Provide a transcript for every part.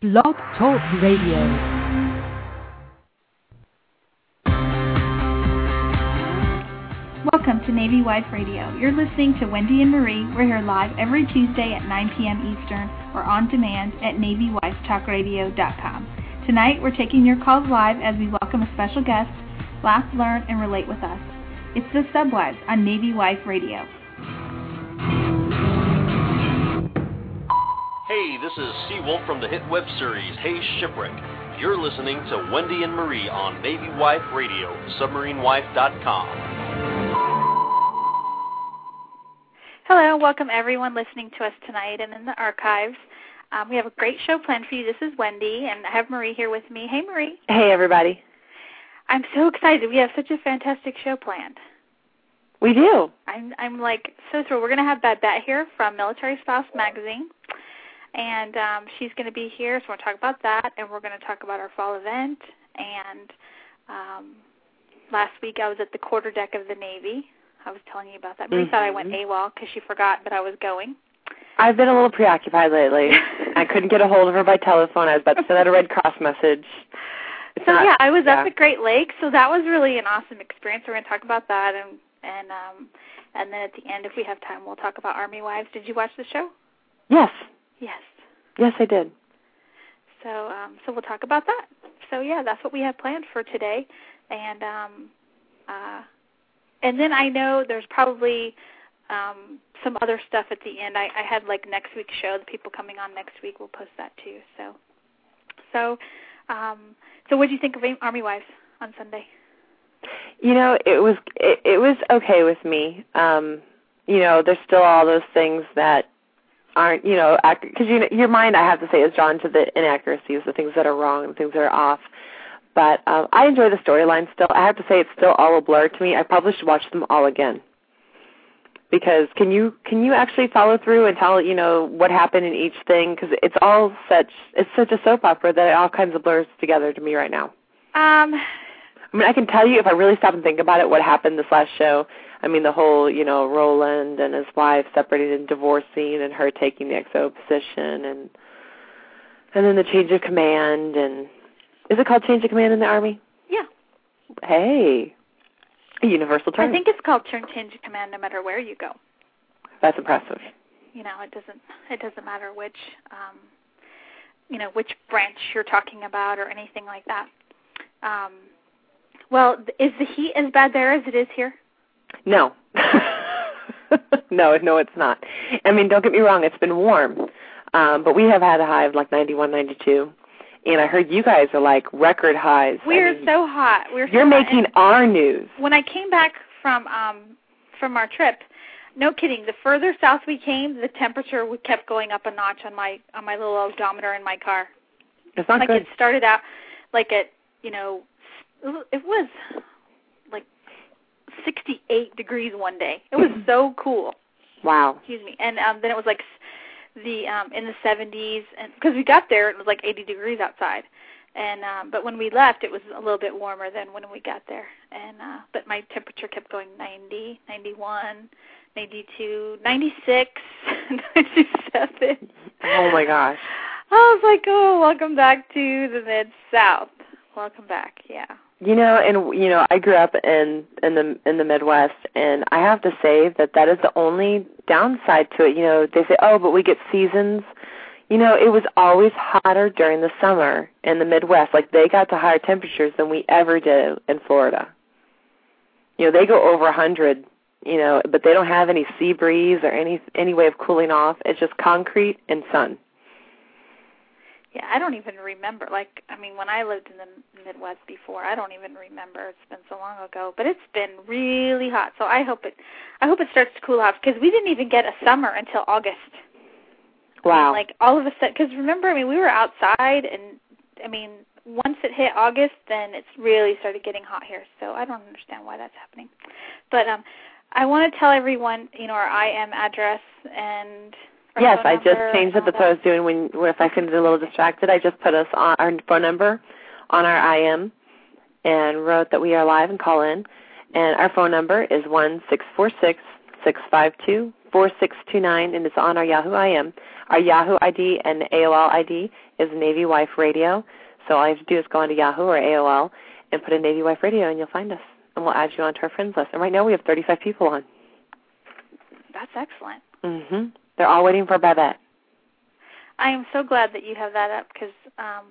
Blog Talk Radio. Welcome to Navy Wife Radio. You're listening to Wendy and Marie. We're here live every Tuesday at 9 p.m. Eastern or on demand at NavyWifeTalkRadio.com. Tonight, we're taking your calls live as we welcome a special guest, laugh, learn, and relate with us. It's the Subwives on Navy Wife Radio. Hey, this is Seawolf from the hit web series Hey Shipwreck. You're listening to Wendy and Marie on Navy Wife Radio, submarinewife.com. Hello, welcome everyone listening to us tonight and in the archives. Um, we have a great show planned for you. This is Wendy, and I have Marie here with me. Hey, Marie. Hey, everybody. I'm so excited. We have such a fantastic show planned. We do. I'm I'm like so thrilled. We're gonna have Babette here from Military Spouse Magazine, and um, she's gonna be here. So we're gonna talk about that, and we're gonna talk about our fall event. And um, last week I was at the quarter deck of the Navy. I was telling you about that. Marie thought I went Mhm. AWOL because she forgot, but I was going. I've been a little preoccupied lately. I couldn't get a hold of her by telephone. I was about to send out a Red Cross message. It's So not- yeah, I was yeah. up at Great Lakes, so that was really an awesome experience. We're going to talk about that, and and um, and then at the end, if we have time, we'll talk about Army Wives. Did you watch the show? Yes, Yes. yes, I did. So um, so we'll talk about that. So yeah, that's what we have planned for today, and um, uh, and then I know there's probably um, some other stuff at the end. I, I had like next week's show. The people coming on next week will post that too. So so um, so what do you think of Army Wives on Sunday? You know, it was it, it was okay with me. Um, you know, there's still all those things that aren't you know because you know, your mind I have to say is drawn to the inaccuracies, the things that are wrong, the things that are off. But um, I enjoy the storyline still. I have to say it's still all a blur to me. I probably should watch them all again because can you can you actually follow through and tell you know what happened in each thing? Because it's all such it's such a soap opera that it all kinds of blurs together to me right now. Um, I mean, I can tell you if I really stop and think about it, what happened this last show. I mean, the whole, you know, Roland and his wife separated and divorcing, and her taking the XO position, and and then the change of command, and is it called change of command in the army? yeah, Hey, a universal term. I think it's called turn change of command. No matter where you go, that's impressive. you know it doesn't it doesn't matter which um, you know which branch you're talking about or anything like that. Um, well, th- is the heat as bad there as it is here? No. no, no, it's not. I mean, don't get me wrong, it's been warm. Um, but we have had a high of like 91, 92. And I heard you guys are like record highs. I We are mean, so hot. We're You're so hot. making our news. And when I came back from um, from our trip. No kidding. The further south we came, the temperature would- kept going up a notch on my on my little odometer in my car. It's not like good. it started out like at you know it was like 68 degrees one day it was so cool Wow. excuse me and um then it was like s- the um in the 70s and because we got there it was like 80 degrees outside and um but when we left it was a little bit warmer than when we got there and uh but my temperature kept going 90 91 92 96 97 Oh my gosh. I was like, oh, welcome back to the Mid South. Welcome back, yeah. You know, and you know, I grew up in in the in the Midwest, and I have to say that that is the only downside to it. You know, they say, oh, but we get seasons. You know, it was always hotter during the summer in the Midwest. Like they got to higher temperatures than we ever did in Florida. You know, they go over a hundred. You know, but they don't have any sea breeze or any any way of cooling off. It's just concrete and sun. Yeah, I don't even remember. Like, I mean, when I lived in the Midwest before, I don't even remember. It's been so long ago, but it's been really hot. So I hope it, I hope it starts to cool off because we didn't even get a summer until August. Wow. Like all of a sudden, because remember, I mean, we were outside, and I mean, once it hit August, then it's really started getting hot here. So I don't understand why that's happening. But um, I want to tell everyone, you know, our IM address and. our Yes, phone I just number changed it. and all That's what I that. was doing when, when if I couldn't get a little distracted, I just put us on our phone number on our IM and wrote that we are live and call in. And our phone number is one six four six six five two 4629, and it's on our Yahoo IM. Our Yahoo ID and AOL ID is Navy Wife Radio. So all you have to do is go onto Yahoo or AOL and put in Navy Wife Radio, and you'll find us. And we'll add you onto our friends list. And right now we have 35 people on. That's excellent. hmm They're all waiting for Babette. I am so glad that you have that up because um,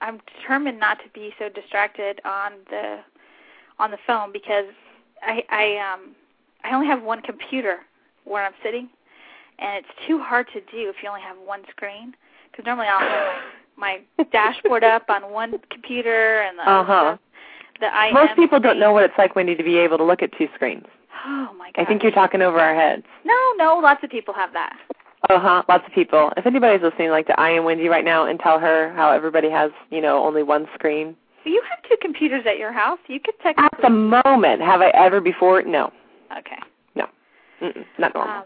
I'm determined not to be so distracted on the on the phone because I, I um I only have one computer where I'm sitting, and it's too hard to do if you only have one screen. Because normally I'll have my, my dashboard up on one computer and the Uh-huh. the, the IM Most people don't screen. know what it's like, Wendy, to be able to look at two screens. Oh my god! I think you're talking over our heads. No, no, lots of people have that. Uh huh. Lots of people. If anybody's listening, like to I am Wendy right now, and tell her how everybody has, you know, only one screen. But you have two computers at your house. You could technically. At the moment, have I ever before? No, okay. Mm-mm, not normal. Um,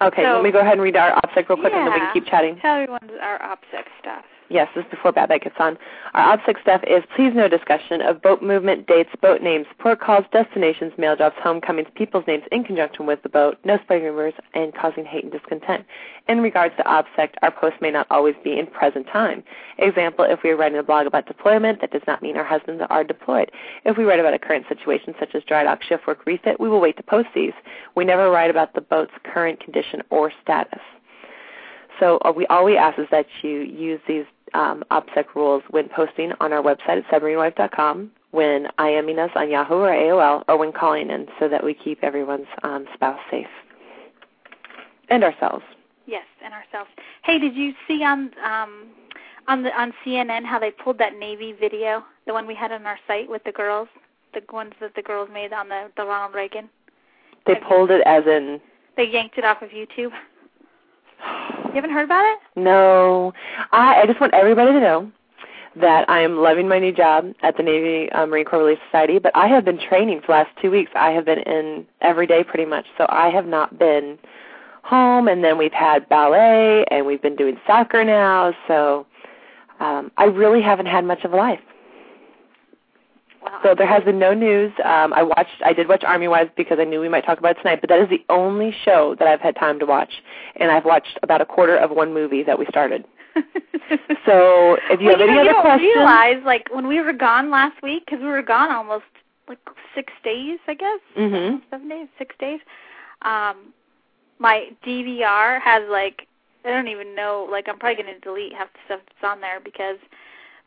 okay, so- let me go ahead and read our OPSEC real quick, and then we Yeah. can keep chatting. tell everyone our OPSEC stuff. Yes, this is before Babette gets on. Our OPSEC stuff is please no discussion of boat movement, dates, boat names, port calls, destinations, mail drops, homecomings, people's names in conjunction with the boat, no spreading rumors, and causing hate and discontent. In regards to OPSEC, our posts may not always be in present time. Example, if we are writing a blog about deployment, that does not mean our husbands are deployed. If we write about a current situation such as dry dock, shift work, refit, we will wait to post these. We never write about the boat's current condition or status. So uh, we all we ask is that you use these um, OPSEC rules when posting on our website at submarinewife.com, when IMing us on Yahoo or AOL, or when calling in, so that we keep everyone's um, spouse safe and ourselves. Yes, and ourselves. Hey, did you see on um, on the on CNN how they pulled that Navy video, the one we had on our site with the girls, the ones that the girls made on the the Ronald Reagan? They Okay. pulled it as in They yanked it off of YouTube. You haven't heard about it? no. I, I just want everybody to know that I am loving my new job at the Navy um, Marine Corps Relief Society, but I have been training for the last two weeks. I have been in every day pretty much, so I have not been home. And then we've had ballet, and we've been doing soccer now. So um, I really haven't had much of a life. Wow. So there has been no news. Um, I watched, I did watch Army Wives because I knew we might talk about it tonight, but that is the only show that I've had time to watch, and I've watched about a quarter of one movie that we started. So if you well, have any know, other you don't questions, realize like when we were gone last week because we were gone almost like six days, I guess. Mhm. Seven days, six days. Um, my DVR has like I don't even know. Like I'm probably going to delete half the stuff that's on there because,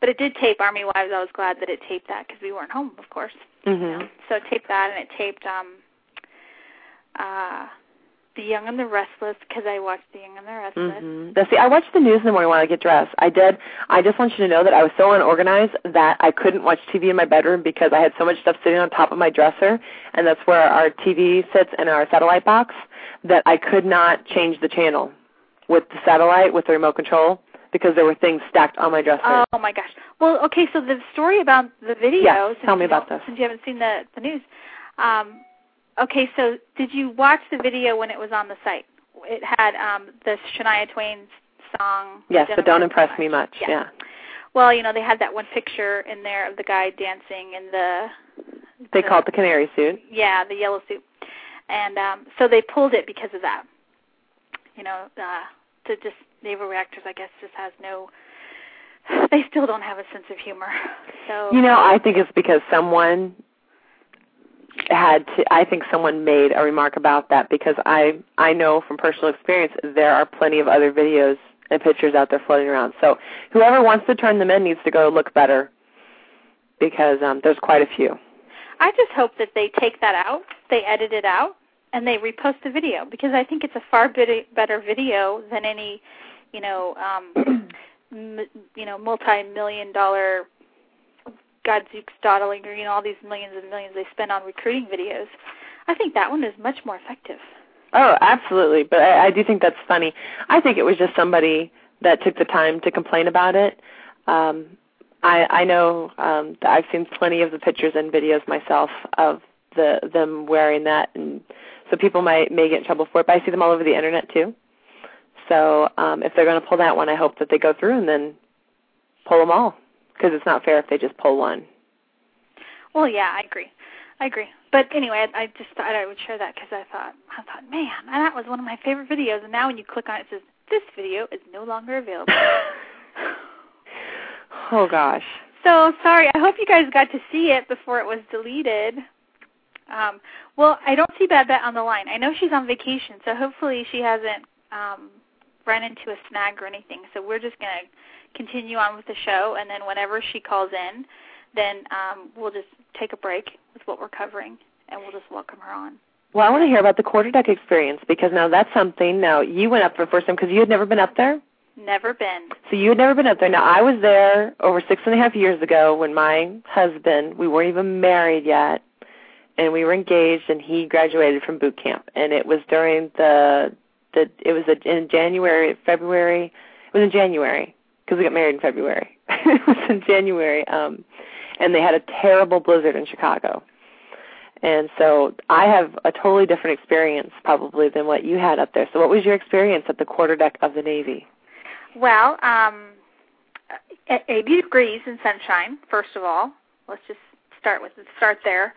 but it did tape Army Wives. I was glad that it taped that because we weren't home, of course. hmm So it taped that, and it taped um, uh, The Young and the Restless because I watched The Young and the Restless. Mm-hmm. Now, see, I watch the news in the morning when I get dressed. I did. I just want you to know that I was so unorganized that I couldn't watch TV in my bedroom because I had so much stuff sitting on top of my dresser, and that's where our TV sits and our satellite box that I could not change the channel with the satellite with the remote control because there were things stacked on my dresser. Oh my gosh. Well, okay, so the story about the video. Yes, since tell me you about don't- this. Since you haven't seen the the news. Um, okay, so did you watch the video when it was on the site? It had um the Shania Twain song. yes, but don't impress me much. Yeah. yeah. Well, you know they had that one picture in there of the guy dancing in the. They call it the canary suit. Yeah, the yellow suit, and um so they pulled it because of that. You know, uh, to just naval reactors, I guess, just has no. They still don't have a sense of humor. So You know, I think it's because someone had to I think someone made a remark about that because I I know from personal experience there are plenty of other videos and pictures out there floating around. So whoever wants to turn them in needs to go look better because um there's quite a few. I just hope that they take that out, they edit it out, and they repost the video because I think it's a far bit better video than any, you know, um, m- you know, multi-million dollar Godzooks dawdling or you know all these millions and millions they spend on recruiting videos. I think that one is much more effective. Oh, absolutely. But I, I do think that's funny. I think it was just somebody that took the time to complain about it. Um, I, I know um, that I've seen plenty of the pictures and videos myself of the them wearing that, and so people might may get in trouble for it. But I see them all over the internet too. So um, if they're going to pull that one, I hope that they go through and then pull them all because it's not fair if they just pull one. Well, yeah, I agree. I agree. but anyway, I, I just thought I would share that because I thought I thought, man, that was one of my favorite videos. And now when you click on it, it says this video is no longer available. oh gosh. So sorry. I hope you guys got to see it before it was deleted. Um, well, I don't see Babette on the line. I know she's on vacation, so hopefully she hasn't um, run into a snag or anything. So we're just gonna continue on with the show, and then whenever she calls in, then um, we'll just take a break with what we're covering, and we'll just welcome her on. Well, I want to hear about the quarter deck experience because now that's something. Now you went up for the first time because you had never been up there. Never been. So you had never been up there. Now I was there over six and a half years ago when my husband, we weren't even married yet, and we were engaged, and he graduated from boot camp, and it was during the the it was a, in January, February. It was in January because we got married in February. it was in January, um, and they had a terrible blizzard in Chicago. And so I have a totally different experience probably than what you had up there. So what was your experience at the quarterdeck of the Navy? Well, um, at 80 degrees and sunshine, first of all. Let's just start with start there.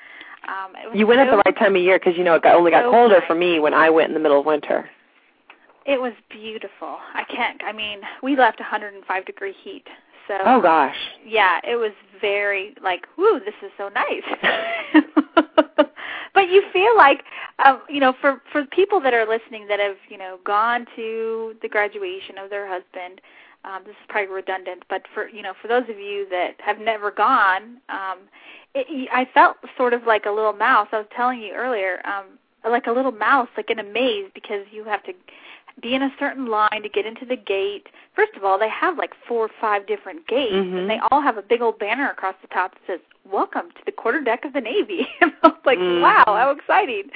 Um, it was You went at so- the right time of year because you know it got, only got so colder nice. for me when I went in the middle of winter. It was beautiful. I can't. I mean, we left 105 degree heat. So Oh gosh. yeah, it was very like, whoo, this is so nice. but you feel like, um, you know, for for people that are listening that have you know gone to the graduation of their husband, um, this is probably redundant, but for you know for those of you that have never gone, um, it, I felt sort of like a little mouse. I was telling you earlier, um, like a little mouse, like in a maze because you have to be in a certain line to get into the gate. First of all, they have like four or five different gates, Mhm. and they all have a big old banner across the top that says "Welcome to the quarter deck of the Navy." and I was like, Mhm. "Wow, how exciting!"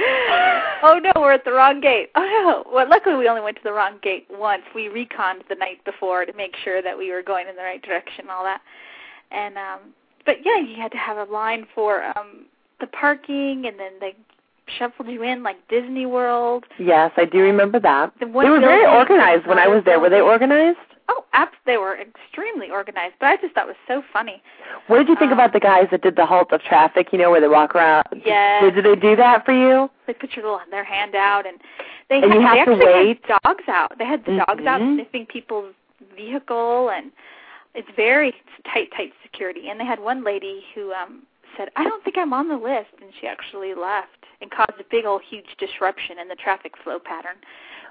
oh no, we're at the wrong gate. Oh no! Well, luckily we only went to the wrong gate once. We reconned the night before to make sure that we were going in the right direction and all that. And um, but yeah, you had to have a line for um the parking, and then they shuffled you in like Disney World. Yes, I do remember that. The one They were very building- organized when I was there. Were they organized? Oh, abs- they were extremely organized, but I just thought it was so funny. What did you think Um, about the guys that did the halt of traffic? You know where they walk around. Yes. Did, did they do that for you? They put your little their hand out, and they And had, you they have to actually wait. had dogs out. They had the dogs out Mhm. sniffing people's vehicle, and it's very tight, tight security. And they had one lady who um said, "I don't think I'm on the list," and she actually left and caused a big old huge disruption in the traffic flow pattern.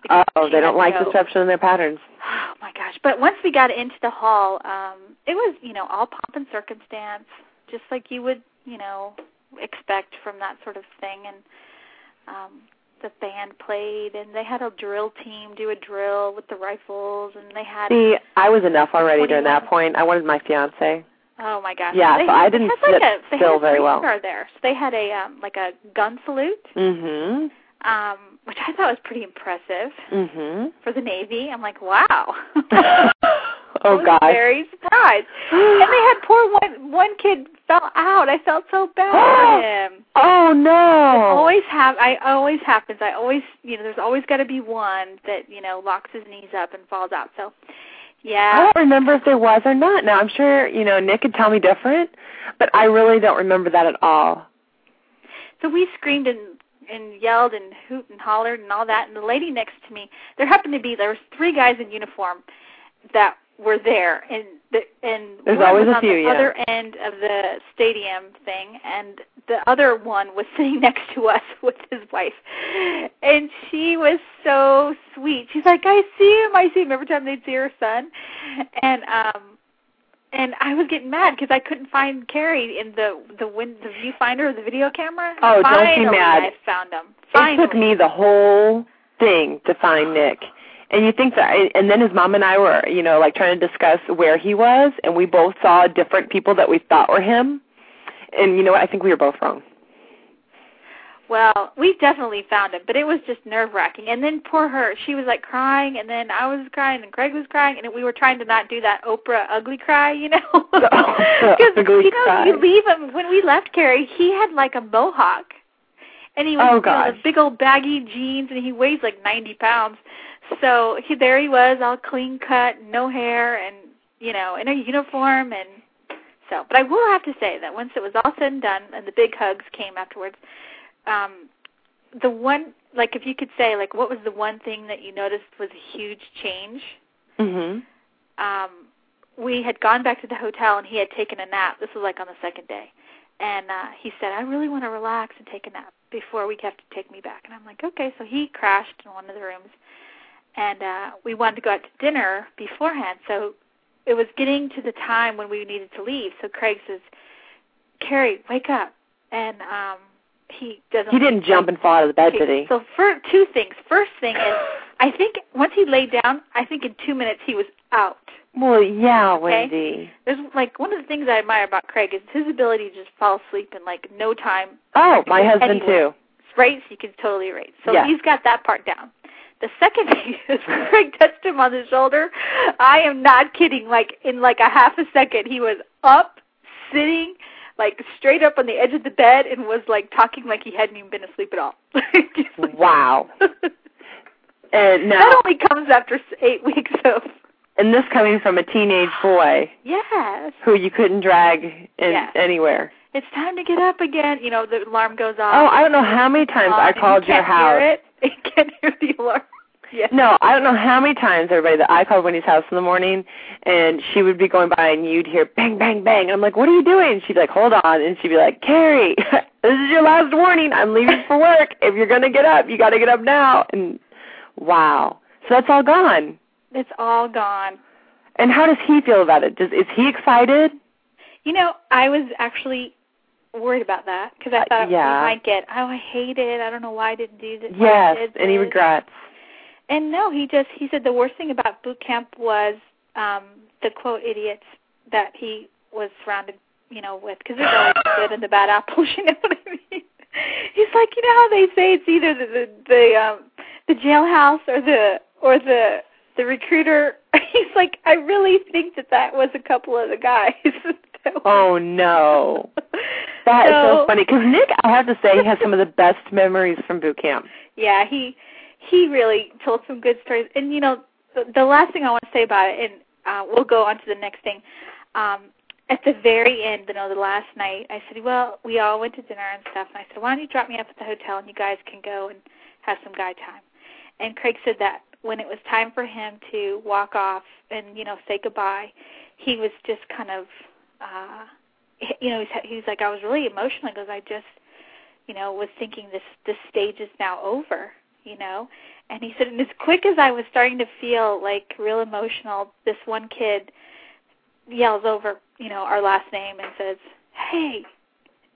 because Oh, she they had don't to like go. disruption in their patterns. Oh my gosh! But once we got into the hall, um, it was you know all pomp and circumstance, just like you would you know expect from that sort of thing. And um, the band played, and they had a drill team do a drill with the rifles, and they had See, I was enough already during that 21. point. I wanted my fiance. oh my gosh! Yeah, they, so I didn't they had sit like a, they still had a very three well. Star there, so they had a um, like a gun salute, Mhm. um, which I thought was pretty impressive Mhm. for the Navy. I'm like, wow. I oh was gosh. Very surprised. and they had poor one one kid fell out. I felt so bad for him. Oh no. Always have I always happens. I always you know, there's always gotta be one that, you know, locks his knees up and falls out. So I yeah. don't remember if there was or not. Now I'm sure you know Nick could tell me different, but I really don't remember that at all. So we screamed and and yelled and hoot and hollered and all that and the lady next to me there happened to be there was three guys in uniform that were there and the and There's one always was a on few, the yeah. other end of the stadium thing and the other one was sitting next to us with his wife and she was so sweet she's like i see him i see him every time they'd see her son and um and I was getting mad because I couldn't find Carrie in the the win, the viewfinder or the video camera. Oh, don't be Finally, mad. I found him. Finally. It took me the whole thing to find Nick. And you think that, and then his mom and I were, you know, like trying to discuss where he was, and we both saw different people that we thought were him. And you know what? I think we were both wrong. Well, we definitely found him, but it was just nerve wracking. And then poor her, she was like crying, and then I was crying, and Greg was crying, and we were trying to not do that Oprah ugly cry, you know? The ugly you know, cry. you leave him. When we left Carrie, he had like a mohawk, and he was Oh, you know, gosh. the big old baggy jeans, and he weighs like ninety pounds. So he there he was, all clean cut, no hair, and you know, in a uniform, and so. But I will have to say that once it was all said and done, and the big hugs came afterwards um, the one, like, if you could say, like, what was the one thing that you noticed was a huge change? Mm-hmm. Mhm. Um, we had gone back to the hotel and he had taken a nap. This was like on the second day, and uh, he said, "I really want to relax and take a nap before we have to take me back." And I'm like, "Okay." So he crashed in one of the rooms, and uh, we wanted to go out to dinner beforehand. So it was getting to the time when we needed to leave. So Craig says, "Carrie, wake up!" And um, he doesn't. He didn't jump and fall out of the bed, did Okay, he? So for two things. First thing is, I think once he laid down, I think in two minutes he was out. Well, yeah, Wendy. There's like one of the things I admire about Craig is his ability to just fall asleep in like no time. Oh, my husband Anyway. too. Right, so you can totally right. So Yeah. he's got that part down. The second thing is when Craig touched him on the shoulder. I am not kidding. Like in like a half a second, he was up, sitting like straight up on the edge of the bed, and was like talking like he hadn't even been asleep at all. Just like- Wow. And now, That only comes after s eight weeks of. and this coming from a teenage boy Yes. who you couldn't drag in Yeah. anywhere. It's time to get up again. You know, the alarm goes off. Oh, I don't know how many times on, I and Um, Oh, uh, you called your can't house. Hear it. You can't hear the alarm. Yes. No, I don't know how many times everybody that I called Wendy's house in the morning, and she would be going by, and you'd hear bang, bang, bang, and I'm like, "What are you doing?" And she'd be like, "Hold on," and she'd be like, "Carrie, this is your last warning. I'm leaving for work. If you're gonna get up, you got to get up now." And wow, so that's all gone. It's all gone. And how does he feel about it? Does is he excited? You know, I was actually worried about that because I Uh, thought yeah. we might get, oh, I hate it. I don't know why I didn't do this. why I Yes, did and he this." regrets. And no, he just he said the worst thing about boot camp was um the quote idiots that he was surrounded, you know, with because there's always the good and the bad apples. You know what I mean? He's like, you know how they say it's either the the, the um the jailhouse or the or the the recruiter. He's like, I really think that that was a couple of the guys. that were- Oh no, that is so funny. Because Nick, I have to say, has some of the best memories from boot camp. Yeah, he he really told some good stories. And you know, the, the last thing I want to say about it, and uh, we'll go on to the next thing. Um, at the very end, you know, the last night, I said, "Well, we all went to dinner and stuff." And I said, "Why don't you drop me up at the hotel and you guys can go and have some guy time?" And Craig said that when it was time for him to walk off and you know say goodbye, he was just kind of, uh, you know, he's, he's like, "I was really emotional." He goes, "I just." you know, was thinking this this stage is now over, you know. And he said, and as quick as I was starting to feel like real emotional, this one kid yells over, you know, our last name and says, "Hey,"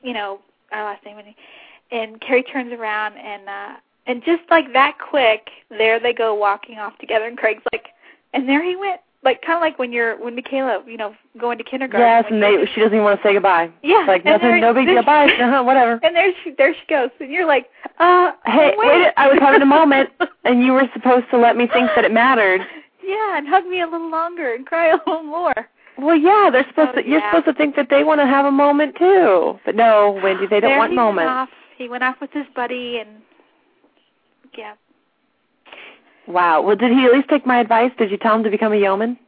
you know, our last name, and he, and Carrie turns around and uh and just like that quick, there they go walking off together, and Craig's like, and there he went, like kind of like when you're when Michaela, you know, going to kindergarten. Yes, when and you're- they, she doesn't even want to say goodbye. yeah, Like and nothing, there- no big there deal. she- Bye. Uh-huh, whatever. and there she there she goes, and you're like, uh, Hey, oh, wait. wait. I was having a moment, and you were supposed to let me think that it mattered. yeah, and hug me a little longer and cry a little more. Well, yeah, they're supposed Oh, to. You're yeah. supposed to think that they want to have a moment too. But no, Oh, Wendy, they don't There want he moments. Went off. He went off with his buddy, and yeah, Wow. Well, did he at least take my advice? Did you tell him to become a yeoman?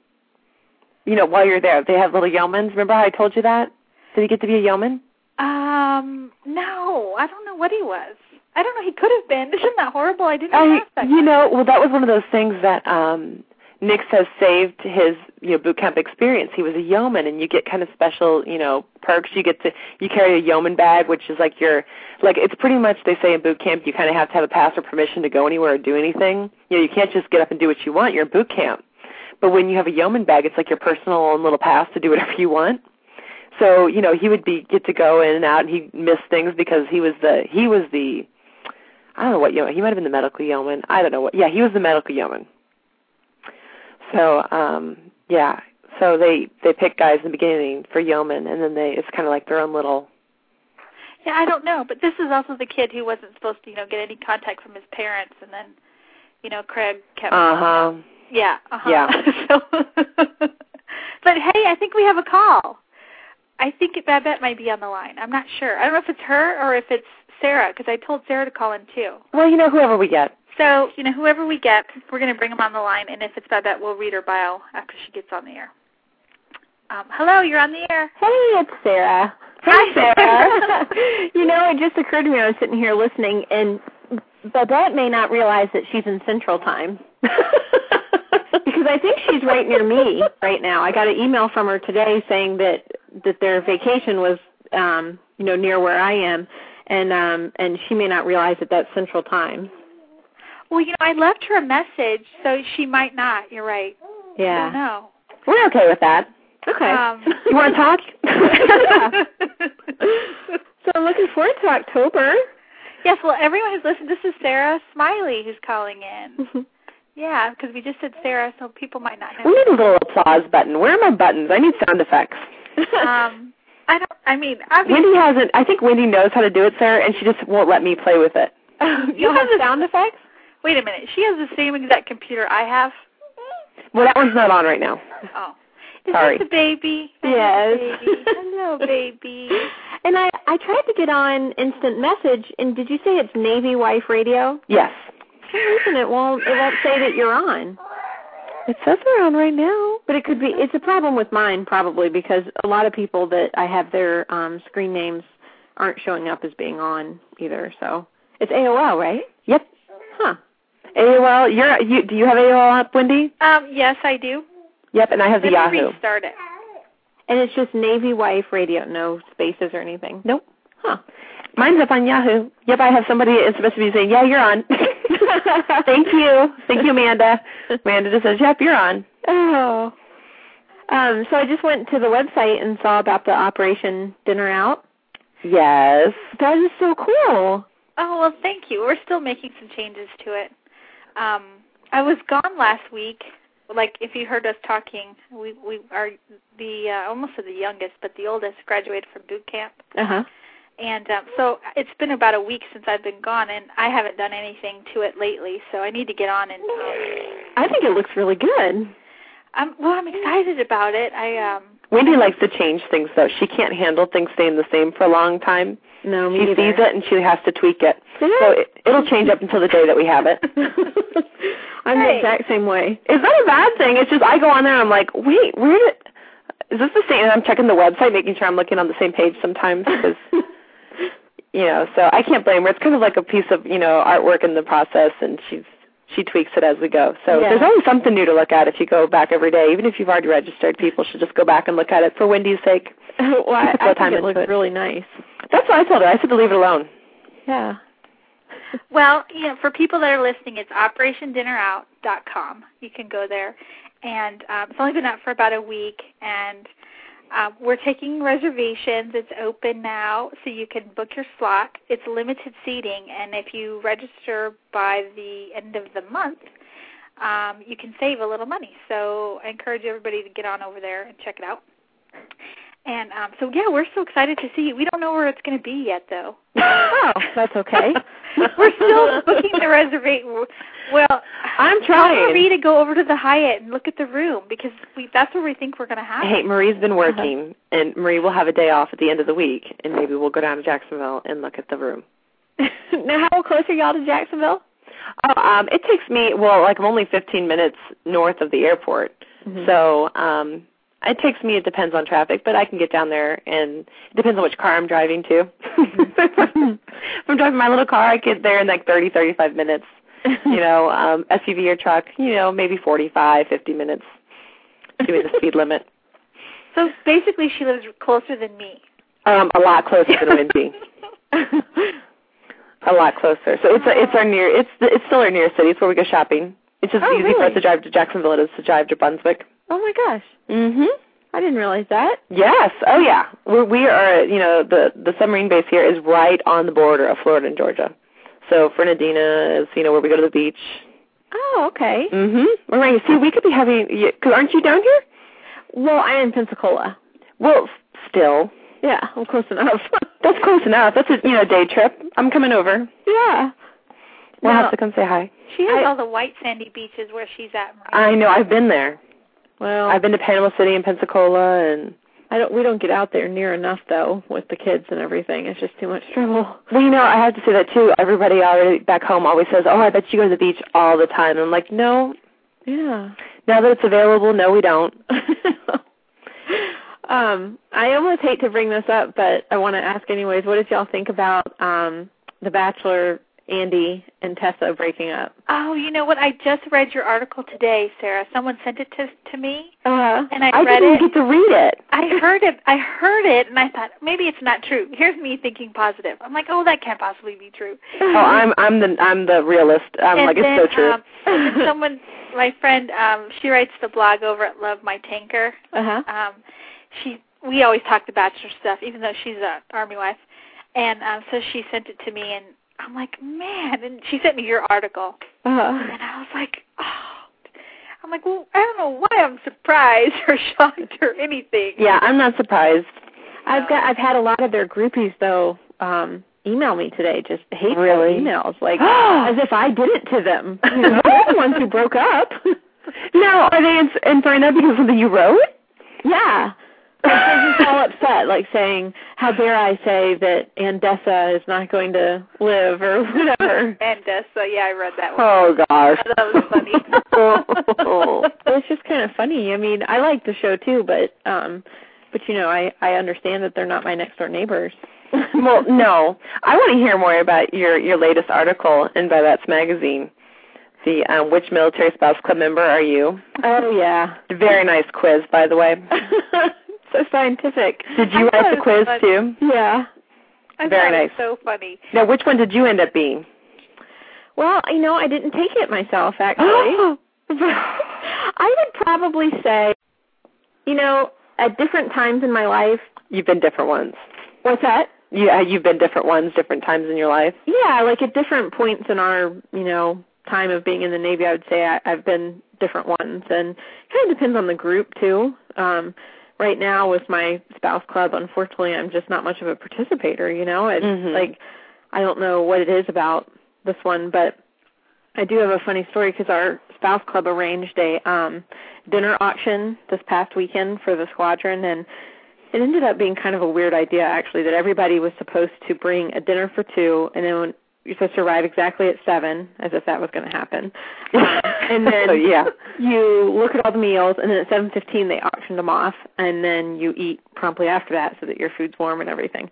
You know, while you're there, they have little yeomans. Remember how I told you that? Did he get to be a yeoman? um, no, I don't know what he was. I don't know. He could have been. Isn't that horrible? I didn't I, ask that. you know, well, that was one of those things that um Nix has saved his you know boot camp experience. He was a yeoman, and you get kind of special you know perks. You get to you carry a yeoman bag, which is like your like it's pretty much they say in boot camp you kind of have to have a pass or permission to go anywhere or do anything. You know, you can't just get up and do what you want. You're in boot camp, but when you have a yeoman bag, it's like your personal own little pass to do whatever you want. So you know he would be get to go in and out, and he missed things because he was the he was the I don't know what yeoman. He might have been the medical yeoman. I don't know what. Yeah, he was the medical yeoman. So, um, yeah. So they they pick guys in the beginning for yeoman, and then they it's kind of like their own little. Yeah, I don't know. But this is also the kid who wasn't supposed to, you know, get any contact from his parents, and then, you know, Craig kept Uh huh. Yeah. Uh-huh. Yeah. so, but hey, I think we have a call. I think Babette might be on the line. I'm not sure. I don't know if it's her or if it's Sarah because I told Sarah to call in too. Well, you know, whoever we get. So you know, whoever we get, we're going to bring them on the line, and if it's Babette, we'll read her bio after she gets on the air. Um, hello, you're on the air. Hey, it's Sarah. Hi, Sarah. you know, it just occurred to me I was sitting here listening, and Babette may not realize that she's in Central Time because I think she's right near me right now. I got an email from her today saying that that their vacation was, um, you know, near where I am, and um, and she may not realize that that's Central Time. Well, you know, I left her a message, so she might not. You're right. I don't Yeah. know. We're okay with that. Okay. Um, You want to talk? so I'm looking forward to October. Yes, well, everyone who's listened, this is Sarah Smiley who's calling in. Mm-hmm. Yeah, because we just said Sarah, so people might not we know. need a little applause button. Where are my buttons? I need sound effects. Um, I don't. I mean, obviously, Wendy hasn't. I think Wendy knows how to do it, Sarah, and she just won't let me play with it. you have sound effects? wait a minute. She has the same exact computer I have. Well, that one's not on right now. Oh, is Sorry. this the baby? Hello, Yes. baby. Hello, baby. And I I tried to get on instant message, and did you say it's Navy Wife Radio? Yes, For some reason it won't it won't say that you're on. it says we're on right now. But it could be it's a problem with mine probably because a lot of people that I have their um screen names aren't showing up as being on either. So it's AOL, right? Yep. Huh. AOL. You're. You, do you have AOL up, Wendy? Um, yes, I do. Yep. And I have the Let me Yahoo. restart it. And it's just Navy Wife Radio, no spaces or anything. Nope. Huh. Mine's up on Yahoo. Yep. I have somebody that's supposed to be saying, "Yeah, you're on." Thank you. Thank you, Amanda. Amanda just says, "Yep, you're on." Oh. Um, so I just went to the website and saw about the Operation Dinner Out. Yes. That is so cool. Oh well, thank you. We're still making some changes to it. Um, I was gone last week. Like if you heard us talking, we we are the uh, almost the youngest, but the oldest graduated from boot camp, Uh huh. and um, so it's been about a week since I've been gone, and I haven't done anything to it lately. So I need to get on and. Um, I think it looks really good. I'm, well, I'm excited about it. I um. Wendy likes to change things though. She can't handle things staying the same for a long time. No, She sees it and she has to tweak it. Yeah. So it, it'll change up until the day that we have it. I'm Hey. the exact same way. It's not a bad thing. It's just I go on there and I'm like, wait, where did, is this the same? And I'm checking the website, making sure I'm looking on the same page sometimes because you know. So I can't blame her. It's kind of like a piece of you know artwork in the process, and she's she tweaks it as we go. So Yeah. there's always something new to look at if you go back every day. Even if you've already registered, people should just go back and look at it for Wendy's sake. well, I, Put time I think it into looks it. really nice. That's what I told her. I said to leave it alone. Yeah. Well, you know, for people that are listening, it's operationdinnerout.com. You can go there, and um, it's only been up for about a week, and um, we're taking reservations. It's open now, so you can book your slot. It's limited seating, and if you register by the end of the month, um, you can save a little money. So I encourage everybody to get on over there and check it out. And um, so, yeah, we're so excited to see it. We don't know where it's going to be yet, though. Oh, that's okay. We're still booking the reservation. Well, I'm Tell trying. Marie to go over to the Hyatt and look at the room because we, that's where we think we're going to have. Hey, it. Marie's Uh-huh. been working, and Marie will have a day off at the end of the week, and maybe we'll go down to Jacksonville and look at the room. now, how close are y'all to Jacksonville? Oh, um, it takes me well, like I'm only 15 minutes north of the airport, Mm-hmm. so um, it takes me. It depends on traffic, but I can get down there, and it depends on which car I'm driving to. Mm-hmm. if I'm driving my little car, I get there in like 30, 35 minutes. You know, um, SUV or truck, you know, maybe 45, 50 minutes. Give me the speed limit. So basically, she lives closer than me. Um, a lot closer than Windy. a lot closer. So it's a, it's our near it's the, it's still our near city. It's where we go shopping. It's just Oh, easy for us really? to drive to Jacksonville. It is to drive to Brunswick. oh my gosh, Mhm. I didn't realize that. Yes. Oh yeah. We're, we are. You know, the the submarine base here is right on the border of Florida and Georgia. So Fernandina is you know where we go to the beach. Oh, okay. Mhm. All right. See, we could be having. you- Cause aren't you down here? Well, I'm in Pensacola. Well, s- still. Yeah, I'm close enough. That's close enough. That's a you know day trip. I'm coming over. yeah. We'll Now- have to come say hi. She has I- all the white sandy beaches where she's at. Marie. I know. I've been there. Well, I've been to Panama City and Pensacola and I don't. We don't get out there near enough though with the kids and everything. It's just too much trouble. well, you know, I have to say that too. Everybody already back home always says, "Oh, I bet you go to the beach all the time." I'm like, "No, Yeah. now that it's available, no, we don't." um, Um, I almost hate to bring this up, but I want to ask anyways. What did y'all think about um The Bachelor, Andy and Tessa breaking up? Oh, you know what? I just read your article today, Sarah. Someone sent it to to me, Uh, Uh-huh. and I, I read didn't it. get to read it. I heard it. I heard it, and I thought maybe it's not true. Here's me thinking positive. I'm like, oh, that can't possibly be true. Oh, I'm I'm the I'm the realist. I'm and like then, it's so true. Um, and then someone, my friend, um, she writes the blog over at Love My Tanker. uh-huh. Um, she, we always talk the bachelor stuff, even though she's a army wife, and um, so she sent it to me, and I'm like, man, and she sent me your article, Uh-huh. and I was like, oh, I'm like, well, I don't know why I'm surprised or shocked or anything. yeah, I'm not surprised. I've got I've had a lot of their groupies though um email me today just hateful Really? emails like as if I did it to them. They're the ones who broke up. Now, are they ins- inspired up because of something you wrote? yeah. Like, they're just all upset, like saying, "How dare I say that Andessa is not going to live or whatever." And uh, so yeah, I read that one. Oh gosh, That was funny. it's just kind of funny. I mean, I like the show too, but um, but you know, I I understand that they're not my next door neighbors. well, no, I want to hear more about your your latest article in By That's Magazine. The um, which military spouse club member are you? Oh yeah, Very nice quiz, by the way. so scientific. Did you I thought write it the quiz was funny. too? Yeah. I Very thought it was nice. So funny. Now, which one did you end up being? Well, you know, I didn't take it myself actually. I would probably say, you know, at different times in my life. You've been different ones. What's that? Yeah, you've been different ones, different times in your life. Yeah, like at different points in our, you know, time of being in the Navy, I would say I, I've been different ones, and kind of depends on the group too. Um, right now with my spouse club, unfortunately, I'm just not much of a participator. You know, it's Mhm. like I don't know what it is about this one, but I do have a funny story because our spouse club arranged a um dinner auction this past weekend for the squadron and it ended up being kind of a weird idea actually that everybody was supposed to bring a dinner for two and then you're supposed to arrive exactly at seven as if that was going to happen Um, and then yeah. you look at all the meals and then at seven fifteen they auctioned them off and then you eat promptly after that so that your food's warm and everything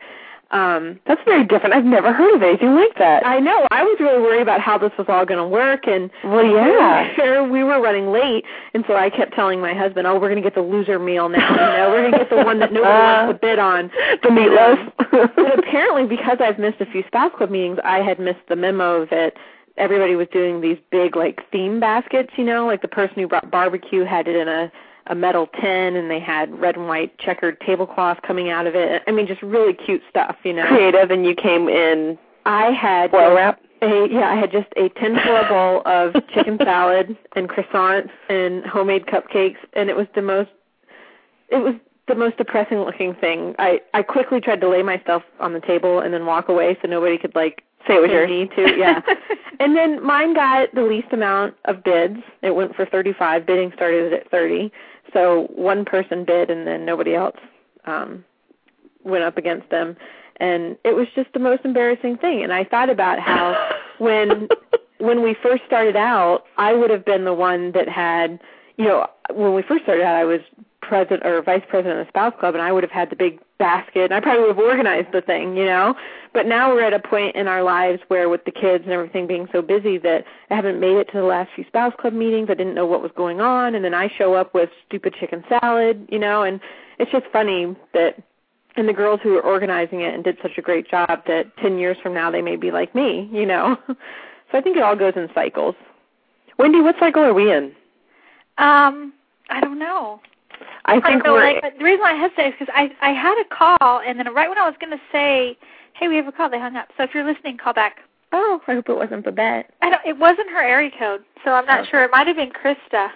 um That's very different. I've never heard of anything like that. I know. I was really worried about how this was all going to work, and well, yeah. we were running late, and so I kept telling my husband, "Oh, we're going to get the loser meal now. You know, we're going to get the one that nobody wants to bid on." The um, But meatloaf. apparently, because I've missed a few spouse club meetings, I had missed the memo that everybody was doing these big like theme baskets. You know, like the person who brought barbecue had it in a a metal tin, and they had red and white checkered tablecloth coming out of it. I mean, just really cute stuff. You know, Creative, and you came in I had foil wrap. a yeah, I had just a tinfoil bowl of chicken salad and croissants and homemade cupcakes, and it was the most it was the most depressing looking thing. I I quickly tried to lay myself on the table and then walk away so nobody could like Say it was pin yours. me too. Yeah, and then mine got the least amount of bids. It went for thirty five. Bidding started at thirty, so one person bid and then nobody else um went up against them, and it was just the most embarrassing thing. And I thought about how when when we first started out, I would have been the one that had, you know, when we first started out, I was president or vice president of the spouse club, and I would have had the big basket, and I probably would have organized the thing, you know. But now we're at a point in our lives where, with the kids and everything being so busy, that I haven't made it to the last few spouse club meetings. I didn't know what was going on, and then I show up with stupid chicken salad, you know, and it's just funny that. And the girls who are organizing it and did such a great job that 10 years from now they may be like me, you know. So I think it all goes in cycles. Wendy, what cycle are we in? um, I don't know. I think I don't know, we're. like, but the reason I hesitate is because I I had a call, and then right when I was going to say, "Hey, we have a call," they hung up. So if you're listening, call back. Oh, I hope it wasn't Oh. Babette. I don't, it wasn't her area code, so I'm not sure. It might have been Krista.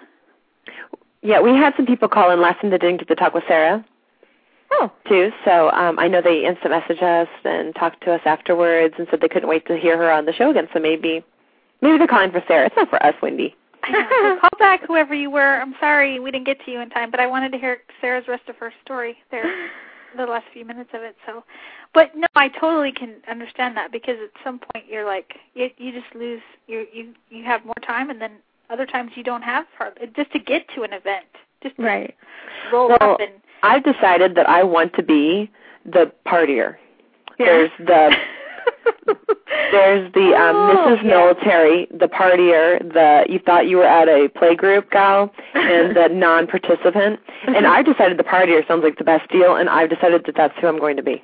yeah, we had some people call in last time that didn't get to talk with Sarah. Oh. too. So um, I know they instant messaged us and talked to us afterwards, and said they couldn't wait to hear her on the show again. So maybe, maybe they're calling for Sarah. It's not for us, Wendy. I know. So call back whoever you were. I'm sorry we didn't get to you in time, but I wanted to hear Sarah's rest of her story there, the last few minutes of it. So, but no, I totally can understand that because at some point you're like you you just lose you you you have more time, and then other times you don't have hard, just to get to an event, just to Right. roll Well- up and I've decided that I want to be the partier. Yeah. There's the there's the um Oh, Mrs. yeah. Military, the partier, the you thought you were at a playgroup gal, and the non-participant. And I've decided the partier sounds like the best deal, and I've decided that that's who I'm going to be.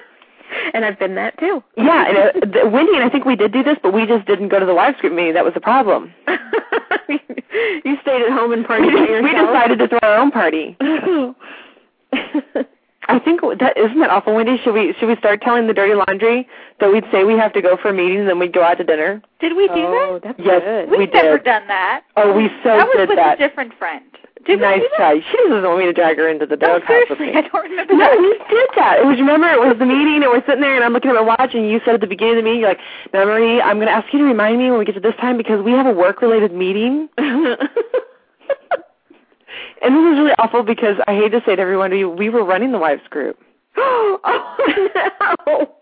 and I've been that too. Yeah, and uh, th- Wendy and I think we did do this, but we just didn't go to the wives group meeting. That was the problem. you stayed at home and We, partied by just, yourself. we decided to throw our own party. I think that isn't that awful, Wendy. Should we should we start telling the dirty laundry that we'd say we have to go for a meeting, and then we'd go out to dinner? Did we do oh, that? that's Yes. good. We've we never did. done that. Oh, we so that was did with that. a different friend. Did nice we do that? try. She doesn't want me to drag her into the No, doghouse with seriously, me. I don't remember No, that. you did that. It was remember it was the meeting and we're sitting there and I'm looking at my watch and you said at the beginning of the meeting, you're like, Memory, I'm gonna ask you to remind me when we get to this time because we have a work related meeting And this is really awful because I hate to say to everyone we we were running the wives group. oh no.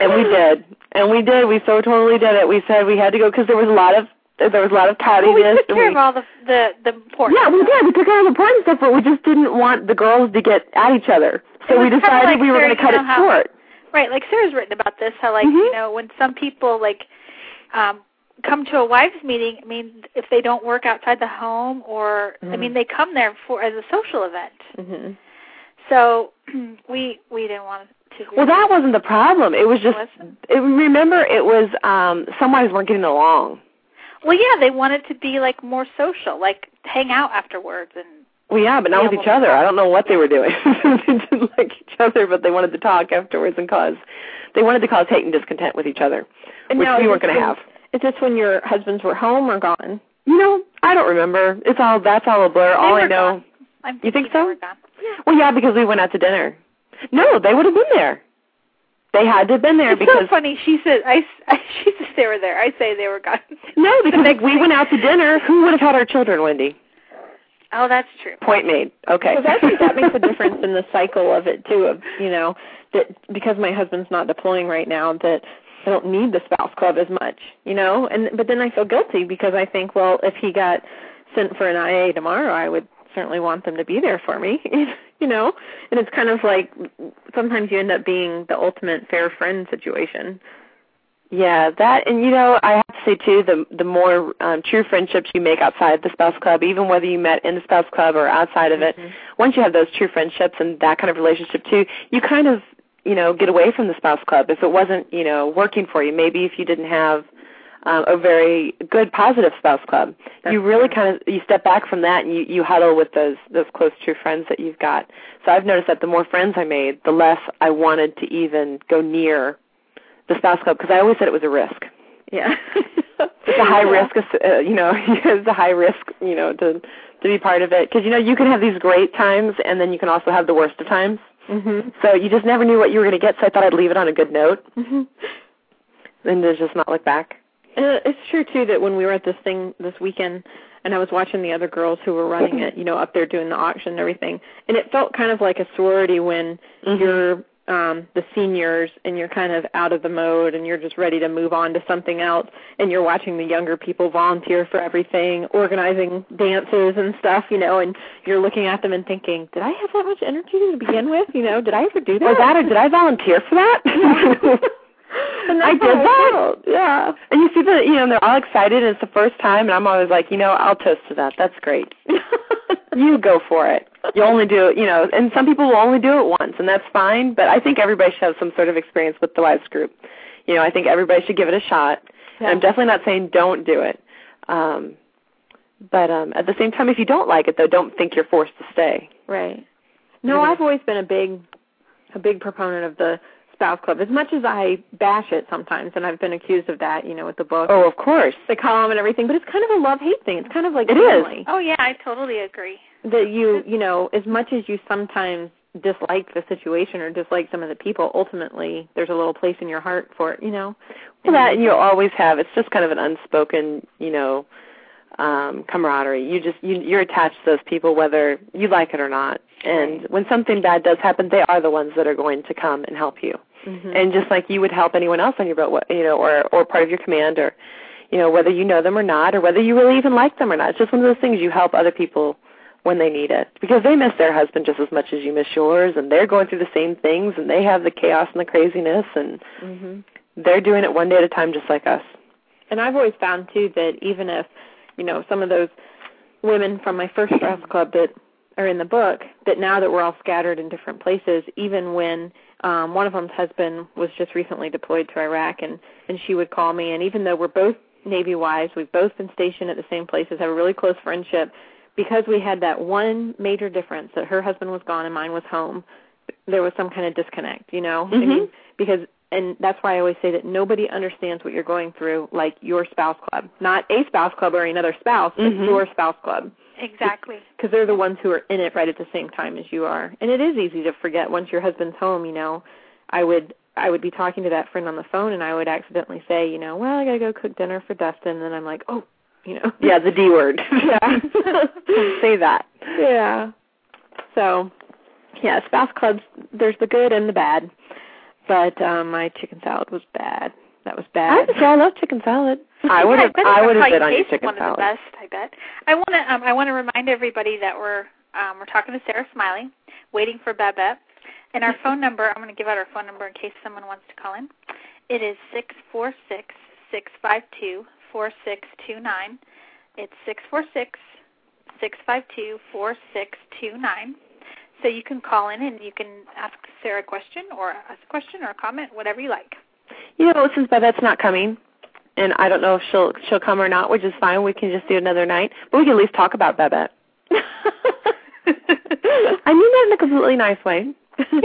And we did. And we did. We so totally did it. We said we had to go because there was a lot of there was a lot of Well, we cattiness. took and care we- of all the the the important. Yeah, we stuff. did. We took all the important stuff, but we just didn't want the girls to get at each other. It So we was kinda decided like we were Sarah, going to cut you know it how- short. Right, like Sarah's written about this, how like you Mhm. know when some people like um come to a wives meeting. I mean, if they don't work outside the home, or I Mm-hmm. mean, they come there for as a social event. Mm-hmm. So we we didn't want to. Do Well, that wasn't the problem. It was just Wasn't? it, remember it was um some wives weren't getting along. Well, yeah, they wanted to be like more social, like hang out afterwards and Well, yeah, but not Yeah, with each well- other. I don't know what they were doing. they didn't like each other, but they wanted to talk afterwards and cause they wanted to cause hate and discontent with each other, which now, we is weren't this going to when- have. Is this when your husbands were home or gone? You know, I don't remember. It's all that's all a blur. All I were know. gone. I'm You think thinking they so? were gone. Well, yeah, because we went out to dinner. No, they would have been there. They had to have been there It's because so funny. She said, "I, I she says they were there. I say they were gone." no, because next if we thing- went out to dinner, who would have had our children, Wendy? Oh, that's true. Point made. Okay. Because I think that makes a difference in the cycle of it too. Of you know that because my husband's not deploying right now, that I don't need the spouse club as much. You know, and but then I feel guilty because I think, well, if he got sent for an IA tomorrow, I would certainly want them to be there for me. You know, and it's kind of like sometimes you end up being the ultimate fair friend situation. Yeah, that and you know, I have to say too, the the more um, true friendships you make outside the spouse club, even whether you met in the spouse club or outside of it, Mm-hmm. once you have those true friendships and that kind of relationship too, you kind of you know get away from the spouse club if it wasn't you know working for you. Maybe if you didn't have um, a very good positive spouse club, That's you really true. kind of you step back from that and you you huddle with those those close true friends that you've got. So I've noticed that the more friends I made, the less I wanted to even go near the spouse club because I always said it was a risk. Yeah, It's a high Yeah. risk, uh, you know, it's a high risk, you know, to to be part of it because you know you can have these great times and then you can also have the worst of times. Mhm. So you just never knew what you were going to get. So I thought I'd leave it on a good note Mhm. and to just not look back. Uh, it's true too that when we were at this thing this weekend and I was watching the other girls who were running it, you know, up there doing the auction and everything, and it felt kind of like a sorority when you're um the seniors and you're kind of out of the mode and you're just ready to move on to something else and you're watching the younger people volunteer for everything, organizing dances and stuff, you know, and you're looking at them and thinking, Did I have that much energy to begin with? You know, did I ever do that? Or that, or did I volunteer for that? and I that's did how that? felt, Yeah. and you see the, you know, they're all excited and it's the first time, and I'm always like, you know, I'll toast to that. That's great. you go for it. You only do it, you know, and some people will only do it once, and that's fine. But I think everybody should have some sort of experience with the wives group. You know, I think everybody should give it a shot. And I'm definitely not saying don't do it. Um, but um, at the same time, if you don't like it, though, don't think you're forced to stay. Right. No, Mhm. I've always been a big a big proponent of the spouse club. As much as I bash it sometimes and I've been accused of that, you know, with the book, Oh, of course. the column and everything, but it's kind of a love hate thing. It's kind of like It is. family. Oh yeah, I totally agree. That you you know, as much as you sometimes dislike the situation or dislike some of the people, ultimately there's a little place in your heart for it, you know. Well, that and you'll always have. It's just kind of an unspoken, you know, um, camaraderie. You just you, you're attached to those people whether you like it or not. And when something bad does happen, they are the ones that are going to come and help you. Mhm. And just like you would help anyone else on your boat, wh- you know, or or part of your command, or you know, whether you know them or not, or whether you really even like them or not. It's just one of those things you help other people when they need it because they miss their husband just as much as you miss yours and they're going through the same things and they have the chaos and the craziness and Mm-hmm. hmm they're doing it one day at a time just like us. And I've always found too that even if, you know, some of those women from my first spouse club that are in the book, that now that we're all scattered in different places, even when um one of them's husband was just recently deployed to Iraq and and she would call me and even though we're both navy wives, we've both been stationed at the same places, have a really close friendship because we had that one major difference that her husband was gone and mine was home, there was some kind of disconnect, you know? I Mhm. mean, because and that's why I always say that nobody understands what you're going through like your spouse club, not a spouse club or another spouse, but Mhm. your spouse club Exactly. because they're the ones who are in it right at the same time as you are. And it is easy to forget once your husband's home, you know. I would I would be talking to that friend on the phone and I would accidentally say, you know, well, I got to go cook dinner for Dustin and then I'm like, "Oh, you know." Yeah, the D word. Yeah. Say that. yeah. So, yeah, spouse clubs, there's the good and the bad. But um my chicken salad was bad. That was I bad. have to say, I love chicken salad. I would have. bet I that's would have how you been on your taste chicken one salad. Of the best, I bet. I want to. Um, I want to remind everybody that we're um, we're talking to Sarah Smiley, waiting for Babette, and our phone number. I'm going to give out our phone number in case someone wants to call in. It is six four six six five two four six two nine. It's six four six six five two four six two nine. So you can call in and you can ask Sarah a question or ask a question or a comment, whatever you like. You know, since Babette's not coming, and I don't know if she'll she'll come or not, which is fine. We can just do another night, but we can at least talk about Babette. I mean that in a completely nice way.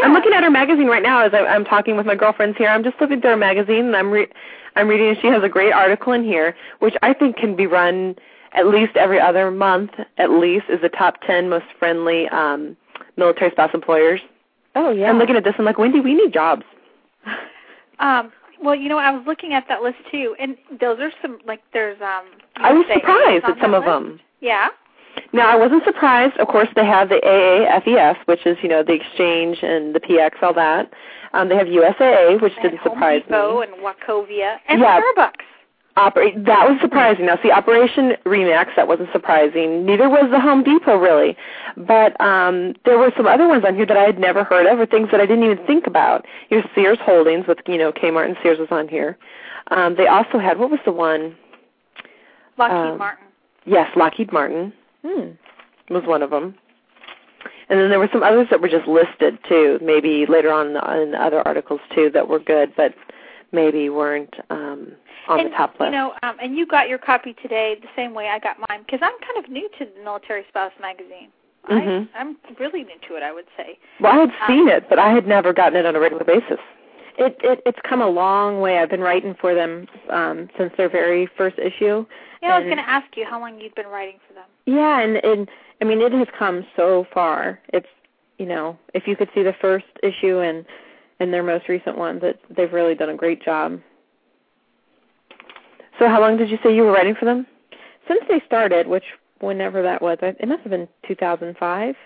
I'm looking at her magazine right now as I, I'm talking with my girlfriends here. I'm just flipping through her magazine, and I'm re- I'm reading. And she has a great article in here, which I think can be run at least every other month. At least is the top ten most friendly um military spouse employers. oh, yeah. I'm looking at this. I'm like, Wendy, we need jobs. Um, well, you know, I was looking at that list too, and those are some like there's um. you I was would say surprised on at some that of list. them. Yeah. Now, I wasn't surprised. Of course, they have the AAFES, E which is you know the exchange and the PX, all that. Um, they have USAA, which and didn't surprise Home Depot me. and Wachovia and Yeah. Starbucks. Oper- that was surprising. Now, see, Operation Remax, that wasn't surprising. Neither was the Home Depot really, but um, there were some other ones on here that I had never heard of, or things that I didn't even think about. Your Sears Holdings with you know Kmart and Sears was on here. Um, they also had what was the one? Lockheed Um, Martin. Yes, Lockheed Martin. Hmm. was one of them. And then there were some others that were just listed too, maybe later on in other articles too that were good, but maybe weren't um, on and, the top list. You know, um, and you got your copy today the same way I got mine because I'm kind of new to the Military Spouse magazine. Mhm. I, I'm really new to it, I would say. well, I had um, seen it, but I had never gotten it on a regular basis. It, it it's come a long way. I've been writing for them um since their very first issue. Yeah, I was And- going to ask you how long you'd been writing for them. Yeah, and and I mean it has come so far. It's you know if you could see the first issue and and their most recent ones, it, they've really done a great job So, how long did you say you were writing for them? since they started, which whenever that was, I- it must have been 2005.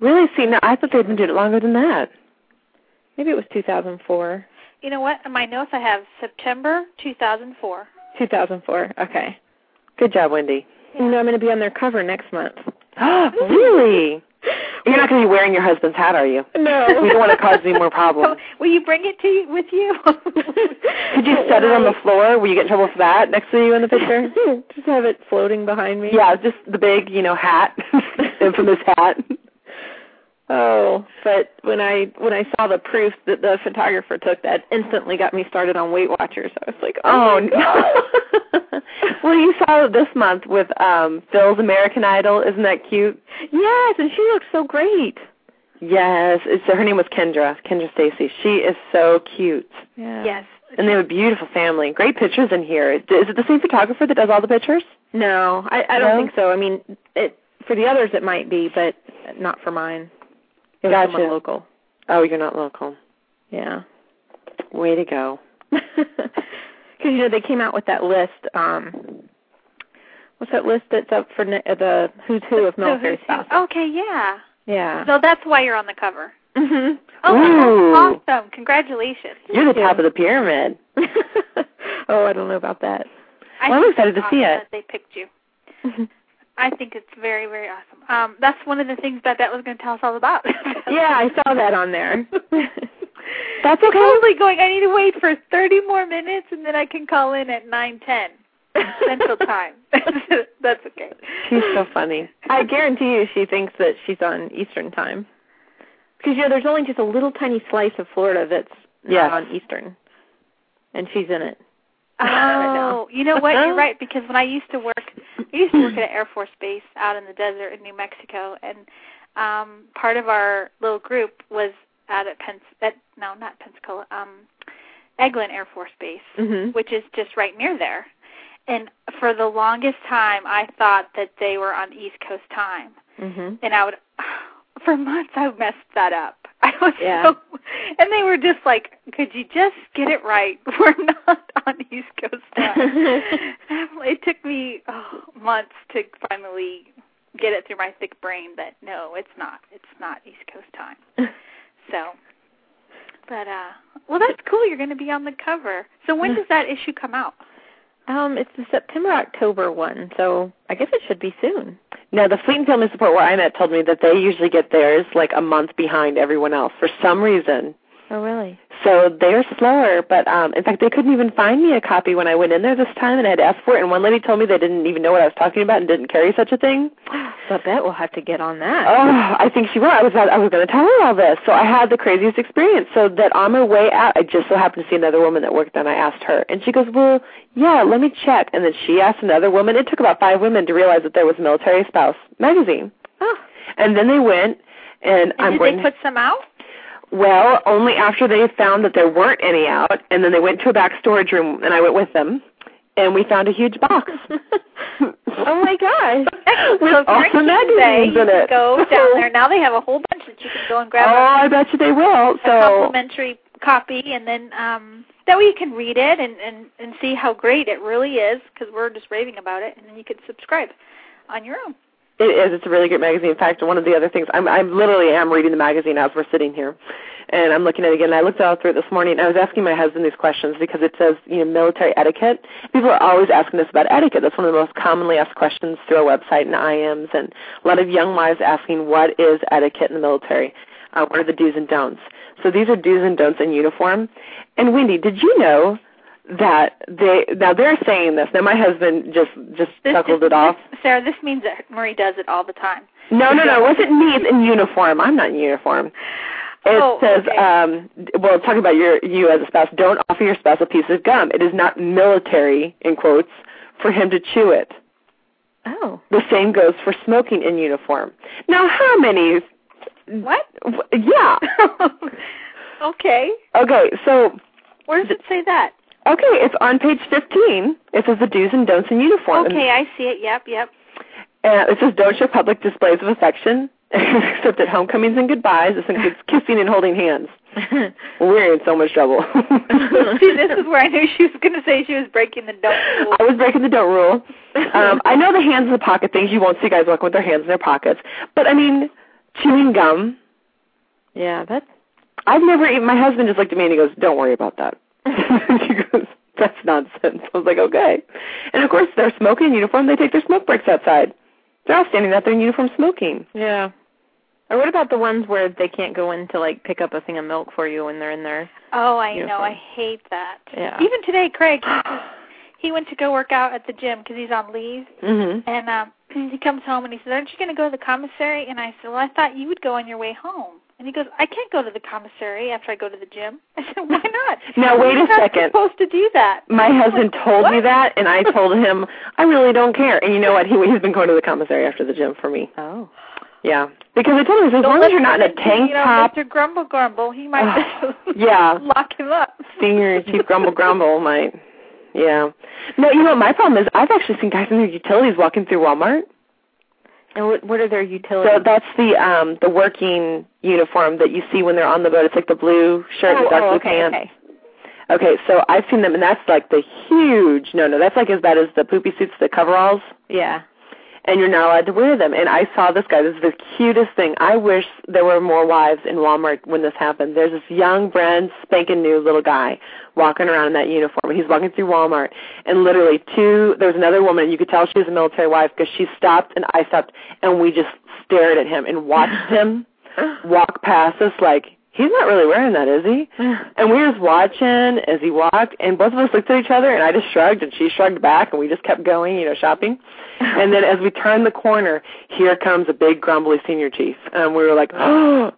Really? See, no, I thought they'd been doing it longer than that. Maybe it was 2004. You know what? In my notes, I have September 2004. 2004. Okay. Good job, Wendy. You know I'm going to be on their cover next month. really? You're not going to be wearing your husband's hat, are you? No. We don't want to cause any more So, problems. will you bring it to you, with you? Could you set it on the floor? Will you get in trouble for that next to you in the picture? Just have it floating behind me. Yeah, just the big, you know, hat, infamous hat. Oh, but when I when I saw the proof that the photographer took, that instantly got me started on Weight Watchers. I was like, Oh, oh, no. well, you saw this month with um Phil's American Idol. Isn't that cute? yes, and she looks so great. Yes, it's her name was Kendra, Kendra Stacy. She is so cute, Yeah. yes. and they have a beautiful family. Great pictures in here. Is it the same photographer that does all the pictures? No, I I don't No? think so. I mean, it for the others it might be, but not for mine. It was Gotcha. someone local. Oh, you're not local. Yeah. Way to go. Because you know they came out with that list. Um, what's that list that's up for ne- uh, the who's who of So military who's- spouses? Okay, yeah. Yeah. So that's why you're on the cover. hmm Oh, Ooh. that's awesome! Congratulations. You're the Yeah. top of the pyramid. oh, I don't know about that. I Well, I'm think excited to that's see awesome it. That they picked you. I think it's very, very awesome. Um, that's one of the things that that was going to tell us all about. Yeah, I saw that on there. That's okay. Totally going. I need to wait for 30 more minutes, and then I can call in at 9:10 Central Time. That's okay. She's so funny. I guarantee you she thinks that she's on Eastern time. Because you know, there's only just a little tiny slice of Florida that's Yes. not on e- Eastern. And she's in it. I know. Oh, you know what? You're right because when I used to work, I used to work at an Air Force base out in the desert in New Mexico, and um, part of our little group was out at Pens at no, not Pensacola, um, Eglin Air Force Base, Mhm. which is just right near there. And for the longest time, I thought that they were on East Coast time, Mhm. and I would for months I messed that up. I was Yeah. so, and they were just like, "Could you just get it right? We're not on East Coast time." it took me oh, months to finally get it through my thick brain that no, it's not. It's not East Coast time. So, but uh, well, that's cool. You're going to be on the cover. So when does that issue come out? Um, it's the September October one, so I guess it should be soon. Now, the Fleet and Family Support where I'm at told me that they usually get theirs like a month behind everyone else for some reason. Oh really? So they're slower, but um in fact they couldn't even find me a copy when I went in there this time and I had asked for it and one lady told me they didn't even know what I was talking about and didn't carry such a thing. But bet we'll have to get on that. Oh, I think she will. I was I was going to tell her all this. So I had the craziest experience. So that on my way out, I just so happened to see another woman that worked there, and I asked her, and she goes, "Well, yeah, let me check." And then she asked another woman. It took about five women to realize that there was military spouse magazine. Oh. And then they went, and, And I'm did going. they put some out? well, only after they found that there weren't any out, and then they went to a back storage room, and I went with them, and we found a huge box. oh my gosh. With so if all you're the in Kings Bay, magazines you in can it. Go down there now. They have a whole bunch that you can go and grab. a- Oh, I bet you they will. a So complimentary copy and then um that way you can read it and and and see how great it really is because we're just raving about it and then you could subscribe on your own It is. It's a really good magazine. In fact, one of the other things I'm I literally am reading the magazine as we're sitting here, and I'm looking at it again. And I looked all through it this morning, and I was asking my husband these questions because it says you know military etiquette. People are always asking us about etiquette. That's one of the most commonly asked questions through our website and IMs, and a lot of young wives asking what is etiquette in the military. Uh, what are the do's and don'ts? So these are do's and don'ts in uniform. And Wendy, did you know that they now they're saying this? Now my husband just just This- chuckled this- it off. this- sarah this means that marie does it all the time No, no, no. It wasn't me. It's in uniform. I'm not in uniform. It Oh, says, okay. um, d- well, talking about your you as a spouse, don't offer your spouse a piece of gum. It is not military, in quotes, for him to chew it. Oh. The same goes for smoking in uniform. Now, how many? what w- Yeah. okay okay, so where does it say that okay, it's on page 15. It says the do's and don'ts in uniform. okay i see it yep yep Uh, it says don't show public displays of affection except at homecomings and goodbyes. This includes kissing and holding hands. We're in so much trouble. see this is where i knew she was going to say she was breaking the don't rule. I was breaking the don't rule. Um, I know the hands in the pocket things. You won't see guys walking with their hands in their pockets. But I mean, chewing gum. yeah, that's I've never even. My husband just looked at me and he goes, "Don't worry about that." he goes, "That's nonsense." I was like, "Okay." And of course, they're smoking in uniform. They take their smoke breaks outside. They're all standing out there in uniform smoking. yeah. Or what about the ones where they can't go in to like pick up a thing of milk for you when they're in there? oh i know Uniform. i hate that Yeah. even today craig he was- he went to go work out at the gym because he's on leave Mm-hmm. And um, he comes home and he says, "Aren't you going to go to the commissary?" And I said, "Well, I thought you would go on your way home." And he goes, "I can't go to the commissary after I go to the gym." I said, "Why not?" Now, wait a You're second. Not supposed to do that. My husband told me What? that, and I told him I really don't care. And you know what? He he's been going to the commissary after the gym for me. Oh. Yeah, because I told him as Don't long let as you're not in a him be, tank you know, top, Mr. Grumble Grumble, he might Ugh, yeah. lock him up. senior chief grumble grumble might. Yeah. No, you know what my problem is? I've actually seen guys in their utilities walking through Walmart. And what what are their utilities? So that's the um the working uniform that you see when they're on the boat. It's like the blue shirt and oh, the dark oh, blue okay, pants. okay. Okay, so I've seen them, and that's like the huge no no. That's like as bad as the poopy suits, the coveralls. Yeah. and you're not allowed to wear them. And I saw this guy. This is the cutest thing. I wish there were more wives in Walmart when this happened. There's this young, brand spanking new little guy walking around in that uniform. And he's walking through Walmart, and literally two. There was another woman. And you could tell she was a military wife because she stopped and I stopped, and we just stared at him and watched him walk past us like he's not really wearing that, is he? And we were just watching as he walked, and both of us looked at each other, and I just shrugged, and she shrugged back, and we just kept going, you know, shopping. And then as we turned the corner, here comes a big grumbly senior chief, and we were like, oh.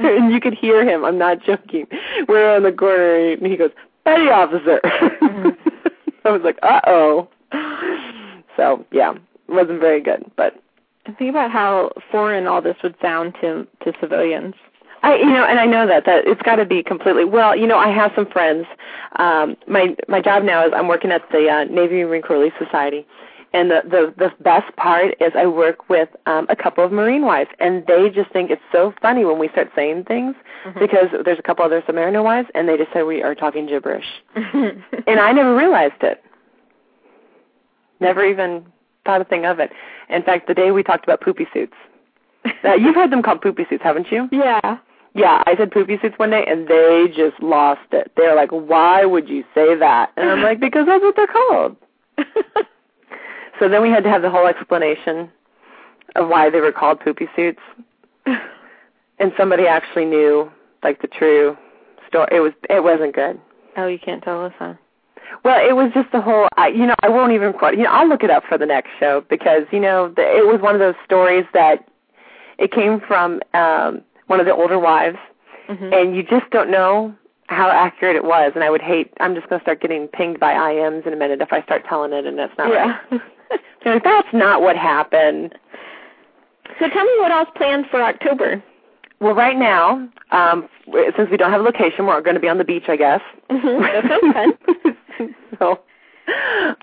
and you could hear him. I'm not joking. We were on the corner, and he goes, "Petty officer." I was like, "Uh oh." So yeah, wasn't very good, but And think about how foreign all this would sound to to civilians. I you know, and I know that that it's got to be completely. Well, you know, I have some friends. Um, my my job now is I'm working at the uh, Navy Marine Corps Relief Society, and the the the best part is I work with um, a couple of Marine wives, and they just think it's so funny when we start saying things because there's a couple other Submariner wives, and they just say we are talking gibberish, and I never realized it. Never even thought a thing of it. In fact, the day we talked about poopy suits. Now, you've heard them called poopy suits, haven't you? yeah. Yeah, I said poopy suits one day, and they just lost it. They're like, "Why would you say that?" And I'm like, "Because that's what they're called." So then we had to have the whole explanation of why they were called poopy suits, and somebody actually knew like the true story. It was it wasn't good. oh, you can't tell us, huh? Well, it was just the whole. I, you know, I won't even quote. You know, I'll look it up for the next show because you know the, it was one of those stories that it came from um one of the older wives, Mm-hmm. uh, and you just don't know how accurate it was. And I would hate. I'm just going to start getting pinged by IMs in a minute if I start telling it, and that's not right. yeah. They're like, that's not what happened. so tell me what else planned for October. Well, right now, um, since we don't have a location, we're going to be on the beach, I guess. Mhm, that sounds fun. so,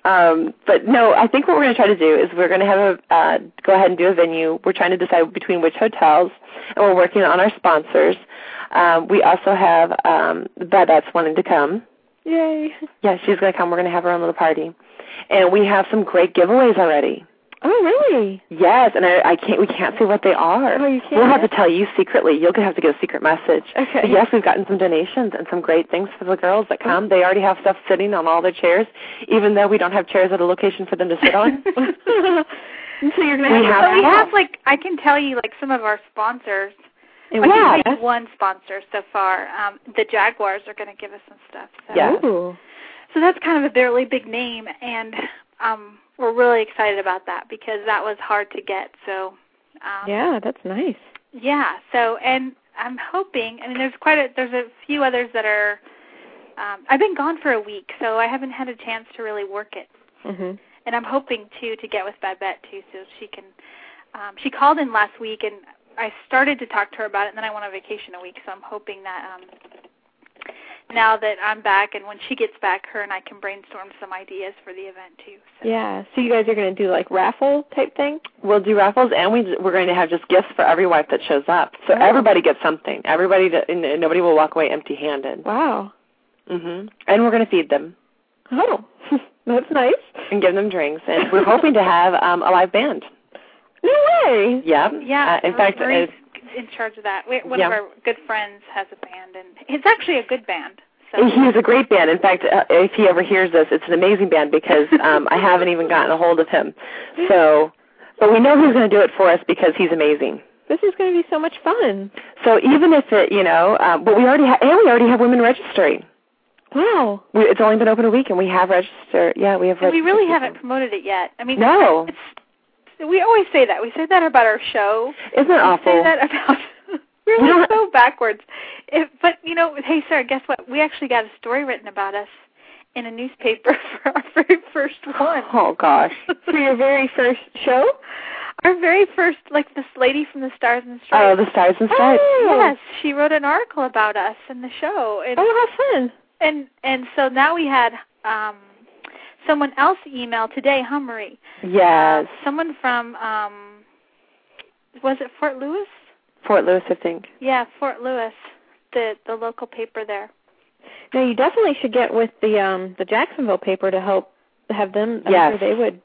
um, but no, I think what we're going to try to do is we're going to have a uh, go ahead and do a venue. We're trying to decide between which hotels, and we're working on our sponsors. Um, we also have um, Babette's wanting to come. Yay. Yeah, she's going to come. We're going to have our own little party, and we have some great giveaways already. Oh, really? Yes, and I, I can't. We can't say what they are. Oh, you can't? We'll have to tell you secretly. You'll have to get a secret message. Okay. But yes, we've gotten some donations and some great things for the girls that come. They already have stuff sitting on all their chairs, even though we don't have chairs at a location for them to sit on. so you're going We to have so we that. have like I can tell you like some of our sponsors. I yeah. can tell you one sponsor so far. Um, the Jaguars are going to give us some stuff. So. Yeah. Ooh. So that's kind of a fairly big name, and um, we're really excited about that because that was hard to get. So um, Yeah, that's nice. yeah. So, and I'm hoping. I mean, there's quite a there's a few others that are. Um, I've been gone for a week, so I haven't had a chance to really work it. Mhm. And I'm hoping too to get with Babette too, so she can. Um, she called in last week, and I started to talk to her about it, and then I went on vacation a week, so I'm hoping that um, now that I'm back, and when she gets back, her and I can brainstorm some ideas for the event too. So. Yeah. So you guys are going to do like raffle type thing? We'll do raffles, and we we're going to have just gifts for every wife that shows up. So Oh. everybody gets something. Everybody, that- and and nobody will walk away empty-handed. Wow. Mm-hmm. And we're going to feed them Oh, that's nice. and give them drinks, and we're hoping to have um, a live band. No way. Yeah. Yeah. Uh, in fact, Marie's it's in charge of that. We, one Yeah. of our good friends has a band, and it's actually a good band. So He is a great band. In fact, uh, if he ever hears this, it's an amazing band because um, I haven't even gotten a hold of him. So, but we know he's going to do it for us because he's amazing. This is going to be so much fun. So even if it, you know, um, but we already ha- and we already have women registering. Wow. We, it's only been open a week, and we have registered. Yeah, we have. oh, and we registered really people. haven't promoted it yet. I mean, No, it's, we always say that. We say that about our show. isn't it We say awful? that about. We're You like don't- so backwards. If, but you know, hey Sarah, guess what? We actually got a story written about us in a newspaper for our very first one. Oh gosh. For your very first show? Our very first, like this lady from the Stars and Oh, Stripes. the stars and stripes. Oh. yes, she wrote an article about us in the show, and Oh, how fun. and and so now we had um someone else email today hummery Yes, Um, someone from um was it fort lewis Fort Lewis, I think. yeah fort lewis the the local paper there Now you definitely should get with the um the Jacksonville paper to help have them. I'm Yes. sure they would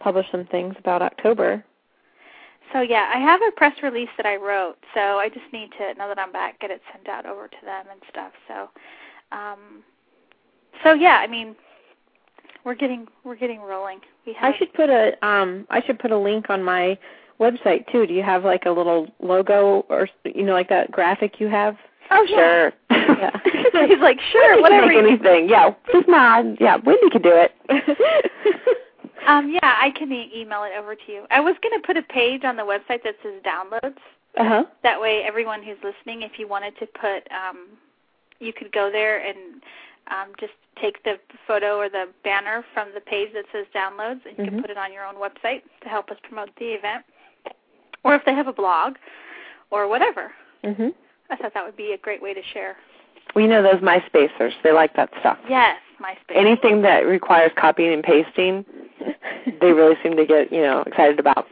publish some things about October. So yeah, I have a press release that I wrote, so I just need to now that I'm back get it sent out over to them and stuff. So, um, so yeah, I mean, we're getting we're getting rolling. We have, I should put a um I should put a link on my website too. Do you have like a little logo or you know like that graphic you have? Oh Sure. Yeah. So he's like, Wendy sure, whatever. Can you- make anything. Yeah. Just nod. Yeah. Wendy can do it. Um, yeah, I can e- email it over to you. I was going to put a page on the website that says downloads. uh huh. That way, everyone who's listening, if you wanted to put, um, you could go there and um, just take the photo or the banner from the page that says downloads, and you Mhm. Mm-hmm. can put it on your own website to help us promote the event, or if they have a blog, or whatever. Mhm. I thought that would be a great way to share. Mm-hmm. We know those MySpacers. They like that stuff. Yes, MySpace. Anything that requires copying and pasting, they really seem to get you know excited about.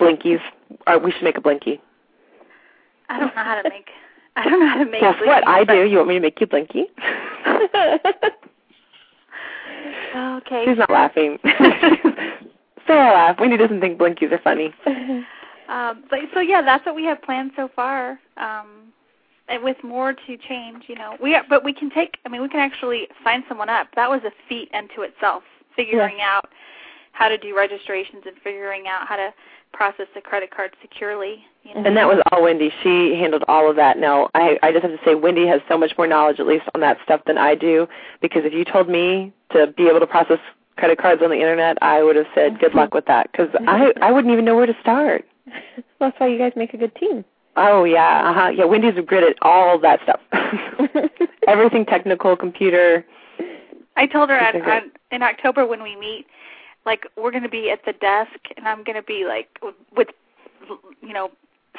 Blinkies. Or we should make a blinky. I don't know how to make. I don't know how to make. Guess what? links, I but- do. You want me to make you blinky? Okay. She's not laughing. Sarah laughed. Wendy doesn't think blinkies are funny. Um, but so yeah, that's what we have planned so far. Um, and with more to change, you know, we are, but we can take. I mean, we can actually sign someone up. That was a feat unto itself, figuring out how to do registrations and figuring out how to process the credit card securely. You know, And that was all Wendy. She handled all of that. Now, I, I just have to say, Wendy has so much more knowledge, at least on that stuff, than I do. Because if you told me to be able to process credit cards on the internet, I would have said, "Good luck with that," because I I wouldn't even know where to start. That's why you guys make a good team. Oh yeah, uh huh. Yeah, Wendy's good at all that stuff. Everything technical, computer. I told her on, That's okay. on, in October when we meet, like we're going to be at the desk, and I'm going to be like w- with, you know,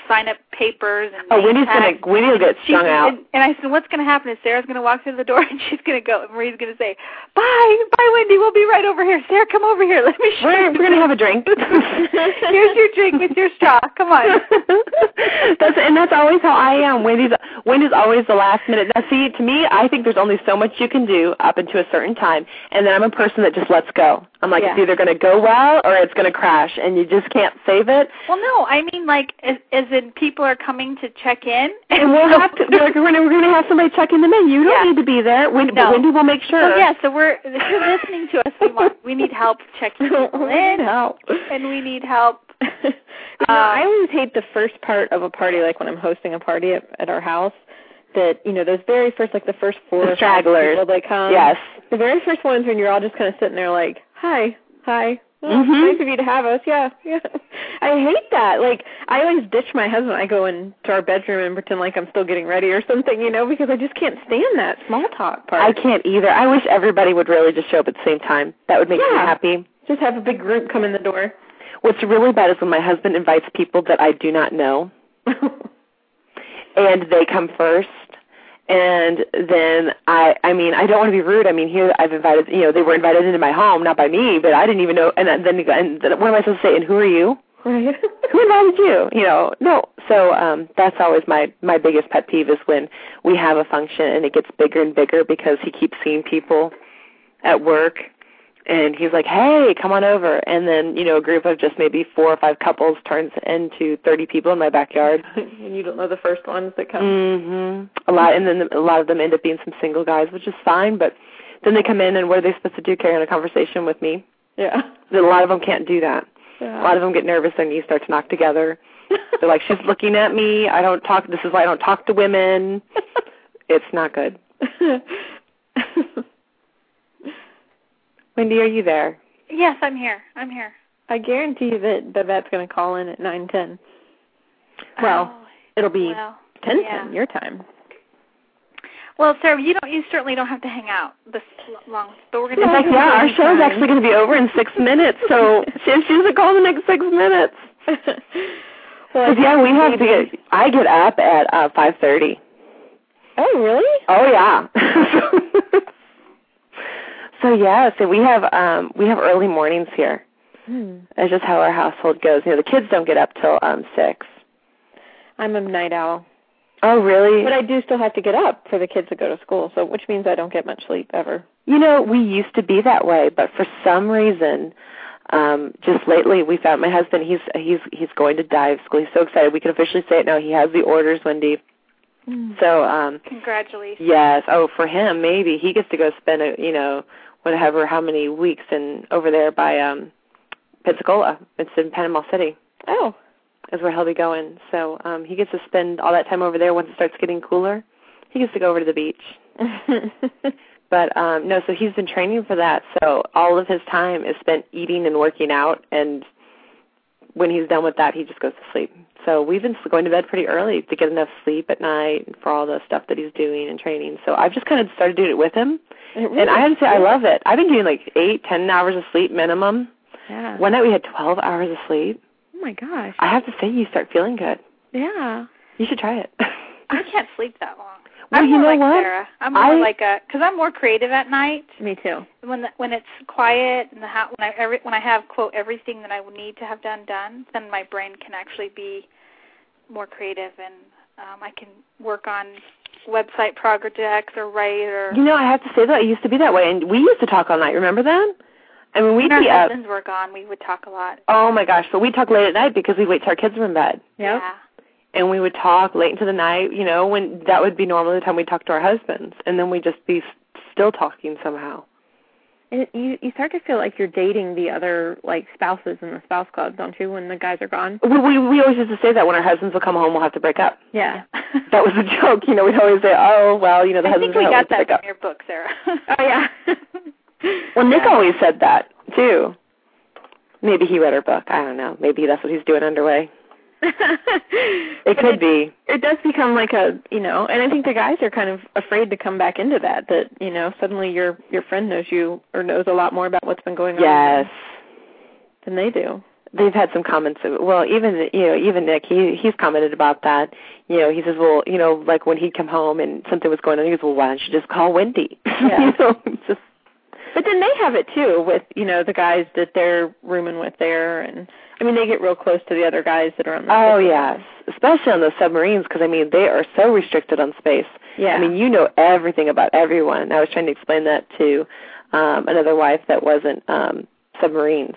sign up papers and. Oh, name Wendy's gonna tags. Wendy will get She's strung out. And, and I said, "What's going to happen is Sarah's going to walk through the door, and she's going to go. And Marie's going to say, "Bye, bye, Wendy. We'll be right over here. Sarah, come over here. Let me show We're you. we're gonna have a drink. Here's your drink with your straw. Come on." that's and that's always how I am. Wendy's Wendy's always the last minute. Now see, to me, I think there's only so much you can do up into a certain time, and then I'm a person that just lets go. I'm like, it's Yeah. either gonna go well or it's gonna crash, and you just can't save it. Well, no, I mean like as, as in people are coming to check in, And we'll have to. We're, like, we're gonna we're gonna have somebody checking them in. You don't Yeah. need to be there. Wendy, but No. Wendy will make sure. So yeah, so we're if you're listening to us, we want we need help checking people in, No. and we need help. You know, I always hate the first part of a party, like when I'm hosting a party at, at our house. That you know, those very first, like the first four The or five stragglers. people that come. Yes. The very first ones when you're all just kind of sitting there, like, hi, hi. Oh, Mhm. Nice of you to have us. Yeah, yeah. I hate that. Like, I always ditch my husband. I go into our bedroom and pretend like I'm still getting ready or something, you know, because I just can't stand that small talk part. I can't either. I wish everybody would really just show up at the same time. That would make me Yeah. happy. just have a big group come in the door. What's really bad is when my husband invites people that I do not know, and they come first, and then I, I mean, I don't want to be rude. I mean, here I've invited, you know, they were invited into my home, not by me, but I didn't even know. And then, and then what am I supposed to say? And who are you? right. Who invited you? You know, no. So um, that's always my my biggest pet peeve is when we have a function and it gets bigger and bigger because he keeps seeing people at work and he's like, "Hey, come on over." And then, you know, a group of just maybe four or five couples turns into 30 people in my backyard. and you don't know the first ones that come. Mhm. A lot and then a lot of them end up being some single guys, which is fine, but then they come in and what are they supposed to do carry on a conversation with me? Yeah. Then a lot of them can't do that. yeah. A lot of them get nervous and you start to knock together. They're like, "She's looking at me. I don't talk. This is why I don't talk to women." It's not good. Wendy, are you there? Yes, I'm here. I'm here. I guarantee you that Babette's going to call in at nine ten. Um, Well, Oh, it'll be well, ten ten yeah. your time. well, Sarah, you don't. You certainly don't have to hang out this l- long, but we're It's gonna. like, yeah, our show's actually going to be over in six minutes, so she she doesn't call in the next six minutes. well, 'Cause, yeah, we have to get. I get up at uh five thirty. Oh, really? Oh yeah. so yeah, so we have um we have early mornings here. Hmm. That's just how our household goes. You know, the kids don't get up till um six. I'm a night owl, Oh really? but I do still have to get up for the kids to go to school, so which means I don't get much sleep ever. You know, we used to be that way, but for some reason, um just lately we found my husband he's he's he's going to dive school he's so excited we can officially say it now he has the orders wendy Mm. so um Congratulations. yes oh for him maybe he gets to go spend a you know whatever how many weeks in over there by um pensacola it's in panama city Oh, is where he'll be going so um he gets to spend all that time over there once it starts getting cooler he gets to go over to the beach but um no so he's been training for that so all of his time is spent eating and working out and when he's done with that he just goes to sleep so we've been s- going to bed pretty early to get enough sleep at night and for all the stuff that he's doing and training so i've just kind of started doing it with him and i have to say i love it i've been doing like eight ten hours of sleep minimum Yeah. one night we had twelve hours of sleep oh my gosh. i have to say you start feeling good yeah. you should try it I can't sleep that long. well I'm you more know like what Sarah. I'm more I- like a because I'm more creative at night. Me too. when the, when it's quiet and the ha- when I every, when I have quote everything that I would need to have done done, then my brain can actually be more creative and um, I can work on website projects or write or You know, I have to say though, it used to be that way, and we used to talk all night. Remember that? And when we'd when our be up, husbands were gone, we would talk a lot. oh my gosh! But we would talk late at night because we would wait till our kids were in bed, Yep. Yeah. and we would talk late into the night. You know, when that would be normally the time we talk to our husbands, and then we'd just be s- still talking somehow. And it- you you start to feel like you're dating the other like spouses in the spouse club, don't you? When the guys are gone. We we, we always used to say that when our husbands would come home, we'll have to break up. Yeah. That was a joke. You know, we'd always say, oh well, you know, the I think husbands we are home, got we'll break that from up. your book, Sarah. Oh yeah. Well, Nick always said that too. Maybe he read her book. I don't know. Maybe that's what he's doing underway. It But could be. it does become like a you know and i think the guys are kind of afraid to come back into that that you know suddenly your your friend knows you or knows a lot more about what's been going on Yes. than they do they've had some comments well even you know even nick he he's commented about that you know he says well you know like when he'd come home and something was going on he goes well why don't you just call wendy Yeah. you know it's just but then they have it too with you know the guys that they're rooming with there and i mean they get real close to the other guys that are on the oh ship. yes especially on those submarines because i mean they are so restricted on space yeah i mean you know everything about everyone i was trying to explain that to um another wife that wasn't um submarines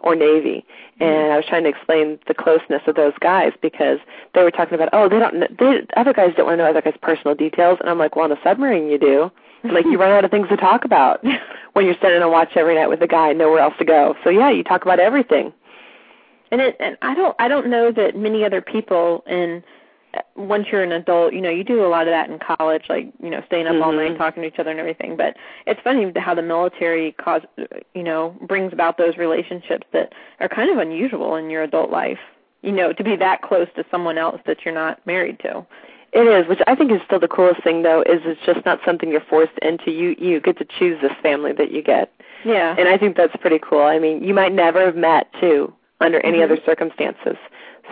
or navy and i was trying to explain the closeness of those guys because they were talking about oh they don't kn- they other guys don't want to know other guys personal details and i'm like well on a submarine you do like you run out of things to talk about when you're standing on watch every night with a guy and nowhere else to go so yeah you talk about everything and it and i don't i don't know that many other people in uh, once you're an adult you know you do a lot of that in college like you know staying up all Mhm. night talking to each other and everything but it's funny how the military cause you know brings about those relationships that are kind of unusual in your adult life you know to be that close to someone else that you're not married to It is, which I think is still the coolest thing though, is it's just not something you're forced into. You you get to choose this family that you get. yeah And I think that's pretty cool. I mean, you might never have met too under any other circumstances.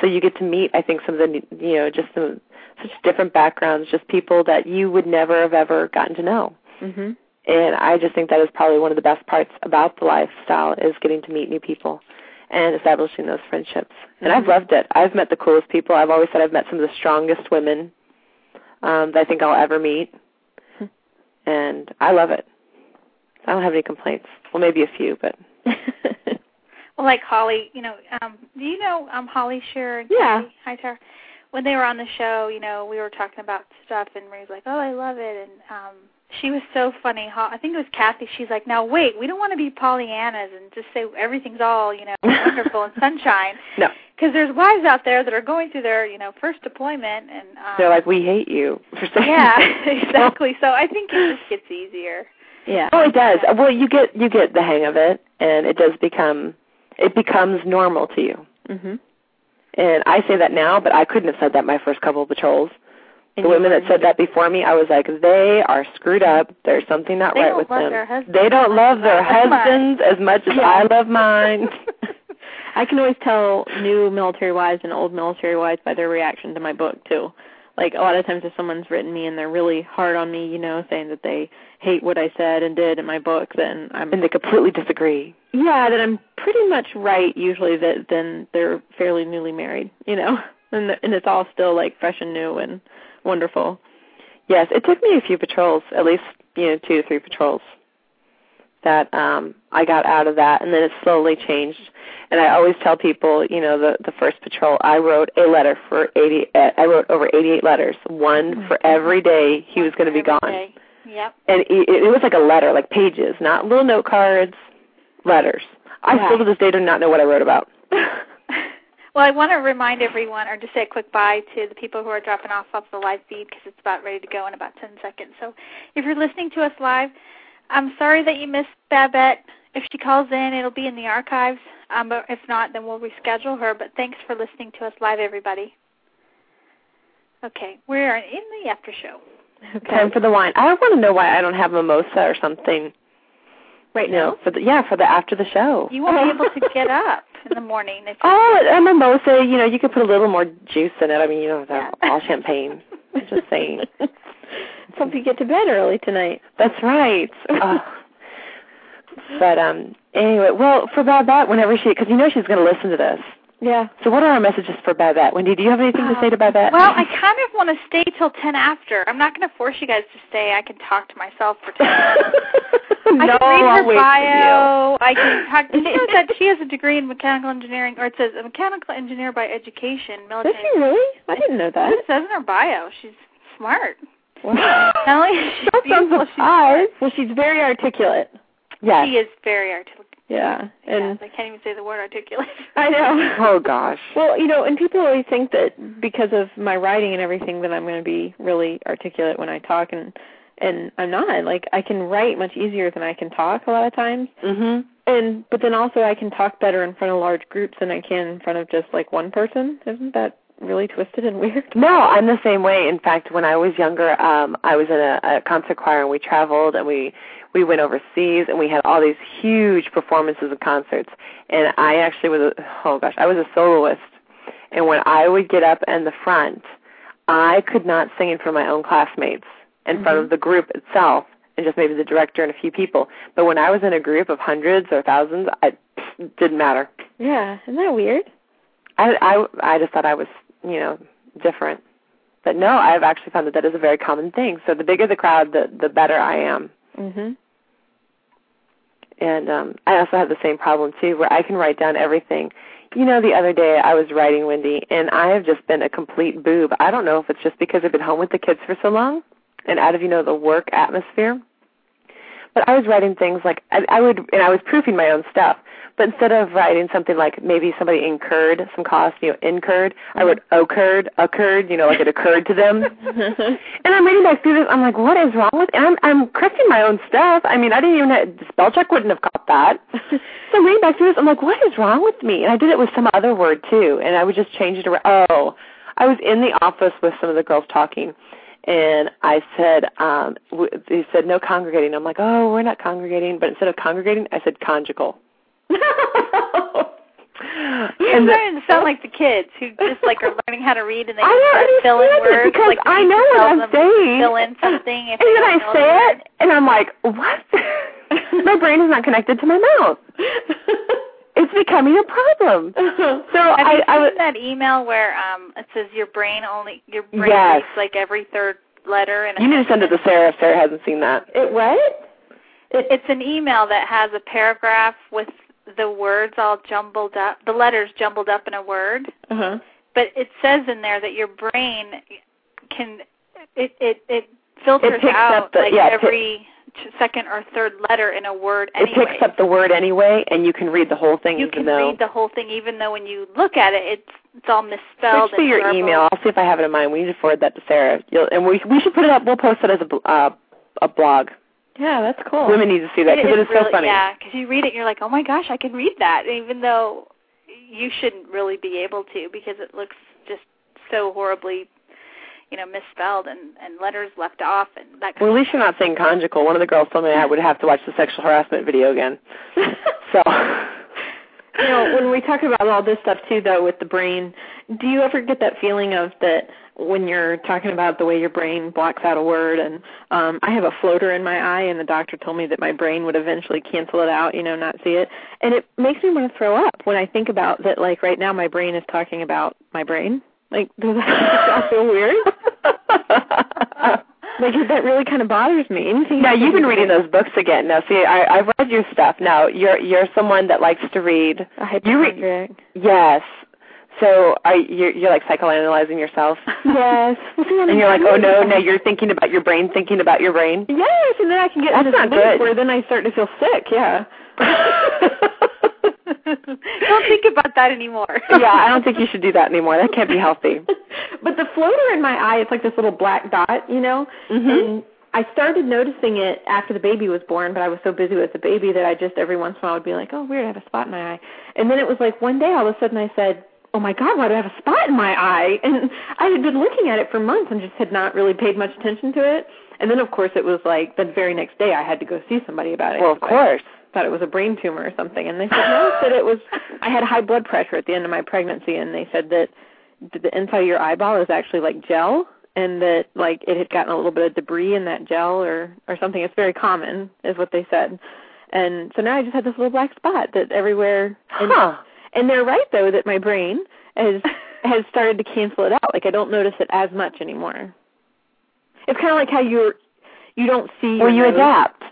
So you get to meet I think some of the you know, just some such different backgrounds, just people that you would never have ever gotten to know. mhm And I just think that is probably one of the best parts about the lifestyle is getting to meet new people and establishing those friendships. And Mm-hmm. I've Mhm. loved it. I've met the coolest people. I've always said I've met some of the strongest women um that I think I'll ever meet. Hmm. And I love it. I don't have any complaints. Well, maybe a few, but Well, like Holly, you know, um, do you know um Holly Shearer and Yeah. Kathy Hightower? When they were on the show, you know, we were talking about stuff, and Marie's like, "Oh, I love it," and um, she was so funny. Ho- I think it was Kathy. She's like, "Now wait, we don't want to be Pollyannas and just say everything's all you know wonderful and sunshine." No. because there's wives out there that are going through their you know first deployment, and um, they're like, we hate you for saying "Yeah, that." exactly." So I think it just gets easier. yeah Oh, it does. Well, you get you get the hang of it, and it does become it becomes normal to you. mhm And I say that now, but I couldn't have said that my first couple of patrols. And the you women that learn- said that before me, I was like, they are screwed up. There's something not They right don't with love them. their husbands they don't as love their much as mine." husbands as much as Yeah. I love mine. I can always tell new military wives and old military wives by their reaction to my book too. Like a lot of times, if someone's written me and they're really hard on me, you know, saying that they hate what I said and did in my book, then I'm and they completely disagree. yeah, that I'm pretty much right usually. That then they're fairly newly married, you know, and the, and it's all still like fresh and new and wonderful. Yes, it took me a few patrols, at least you know two to three patrols, that um I got out of that and then it slowly changed. And I always tell people, you know, the the first patrol I wrote a letter for 80 uh, I wrote over 88 letters, one for every day he was going to be Oh Every gone. day. Yep. And it, it was like a letter, like pages, not little note cards, letters. I Yeah. still to this day do not know what I wrote about. well, I want to remind everyone, or just say a quick bye to the people who are dropping off off the live feed because it's about ready to go in about 10 seconds. So if you're listening to us live, I'm sorry that you missed Babette. If she calls in, it'll be in the archives. Um, but if not, then we'll reschedule her. But thanks for listening to us live, everybody. Okay, we are in the after show. Time for the wine. I want to know why I don't have mimosa or something. Right You know, for the yeah, for the after the show. You won't be able to get up in the morning if you Oh, a mimosa, you know, you could put a little more juice in it. I mean, you don't have to have Yeah. all champagne. I'm just saying. Hope you get to bed early tonight. That's right. Oh. But um anyway, well, for Babette, whenever she, because you know she's going to listen to this. Yeah. So what are our messages for Babette? Wendy, do you have anything to say to Babette? Um, Well, I kind of want to stay till ten after. I'm not going to force you guys to stay. I can talk to myself for ten. minutes. I no, can read her I'll wait for bio. I can talk. Did you know that she has a degree in mechanical engineering, or it says a mechanical engineer by education, Does military. she really? I didn't know that. It says in her bio. She's smart. Wow. Not only is she That sounds beautiful, she's surprised. Well, she's very articulate. you. Yes. she is very articulate. Yeah. And I can't even say the word articulate. I know. Oh gosh. Well, you know, and people always think that because of my writing and everything that I'm going to be really articulate when I talk and and I'm not. Like I can write much easier than I can talk a lot of times. Mhm. And but then also I can talk better in front of large groups than I can in front of just like one person. Isn't that really twisted and weird? No, I'm the same way. In fact, when I was younger, um, I was in a, a concert choir and we traveled and we we went overseas and we had all these huge performances and concerts. And I actually was a, oh gosh, I was a soloist. And when I would get up in the front, I could not sing in front of my own classmates, in front of the group itself, and just maybe the director and a few people. But when I was in a group of hundreds or thousands, I it didn't matter. Yeah, isn't that weird? I I I just thought I was you know different, but no, I've actually found that that is a very common thing. So the bigger the crowd, the the better I am. Mhm. And um I also have the same problem too, where I can write down everything. You know, the other day I was writing Wendy, and I have just been a complete boob. I don't know if it's just because I've been home with the kids for so long, and out of you know the work atmosphere. But I was writing things like I, I would, and I was proofing my own stuff. But instead of writing something like maybe somebody incurred some cost, you know, incurred, I wrote occurred, occurred, you know, like it occurred to them. and I'm reading back through this, I'm like, what is wrong with? And I'm I'm correcting my own stuff. I mean, I didn't even have, spell check wouldn't have caught that. so I'm reading back through this, I'm like, what is wrong with me? And I did it with some other word too, and I would just change it around. Oh, I was in the office with some of the girls talking, and I said, um, w- they said no congregating. I'm like, oh, we're not congregating. But instead of congregating, I said conjugal. You're and the- starting to sound like the kids who just like are learning how to read and they I don't start understand filling it words because like I you know tell what I'm them to saying. Fill in something and if they then I don't know the say word. it, and I'm like, what? my brain is not connected to my mouth. It's becoming a problem. So Have I, you I was, seen that email where um it says your brain only your brain Yes. reads like every third letter and you need to send it to Sarah if Sarah hasn't seen that. It what? it's an email that has a paragraph with the words all jumbled up, the letters jumbled up in a word. Uh huh. But it says in there that your brain can it it it filters It picks out up the- like yeah, it every t- second or third letter in a word It anyway. picks up the word anyway, and you can read the whole thing you even can though. read the whole thing even though when you look at it it's it's all misspelled. Switch to and your horrible. email. I'll see if I have it in mind. We need to forward that to Sarah. You'll, and we we should put it up. We'll post it as a bl- uh, a blog. Yeah, that's cool. Women need to see that Oh. It because it is is really, so funny. Yeah, because you read it, and you're like, oh my gosh, I can read that, even though you shouldn't really be able to because it looks just so horribly, you know, misspelled and and letters left off and that. Kind Well, at least you're not saying conjugal. One of the girls told me I would have to watch the sexual harassment video again. So. you know, when we talk about all this stuff too, though, with the brain, do you ever get that feeling of that when you're talking about the way your brain blocks out a word? And um, I have a floater in my eye, and the doctor told me that my brain would eventually cancel it out, you know, not see it. And it makes me want to throw up when I think about that. Like right now, my brain is talking about my brain. Like, does that sound so weird? Like that really kind of bothers me. Anything Now you've been reading those books again. Now see, I, I've read your stuff. Now you're you're someone that likes to read. A hypochondriac. Yes. So are you you're like psychoanalyzing yourself? yes. Well, see, I And mean, you're like, I oh read no, that. now you're thinking about your brain, thinking about your brain. Yes, and then I can get That's into not this loop good. where then I start to feel sick. Yeah. don't think about that anymore. yeah, I don't think you should do that anymore. That can't be healthy. but the floater in my eye, it's like this little black dot, you know. Mm-hmm. And I started noticing it after the baby was born, but I was so busy with the baby that I just every once in a while would be like, "Oh, weird, I have a spot in my eye." And then it was like one day, all of a sudden, I said, "Oh my God, why do I have a spot in my eye?" And I had been looking at it for months and just had not really paid much attention to it. And then, of course, it was like the very next day, I had to go see somebody about it. Well, of But- course. thought it was a brain tumor or something and they said no said it was i had high blood pressure at the end of my pregnancy and they said that th- the inside of your eyeball is actually like gel and that like it had gotten a little bit of debris in that gel or or something it's very common is what they said and so now i just had this little black spot that everywhere and, Huh. and they're right though that my brain has has started to cancel it out like i don't notice it as much anymore it's kind of like how you're you don't see Well, you your nose. adapt.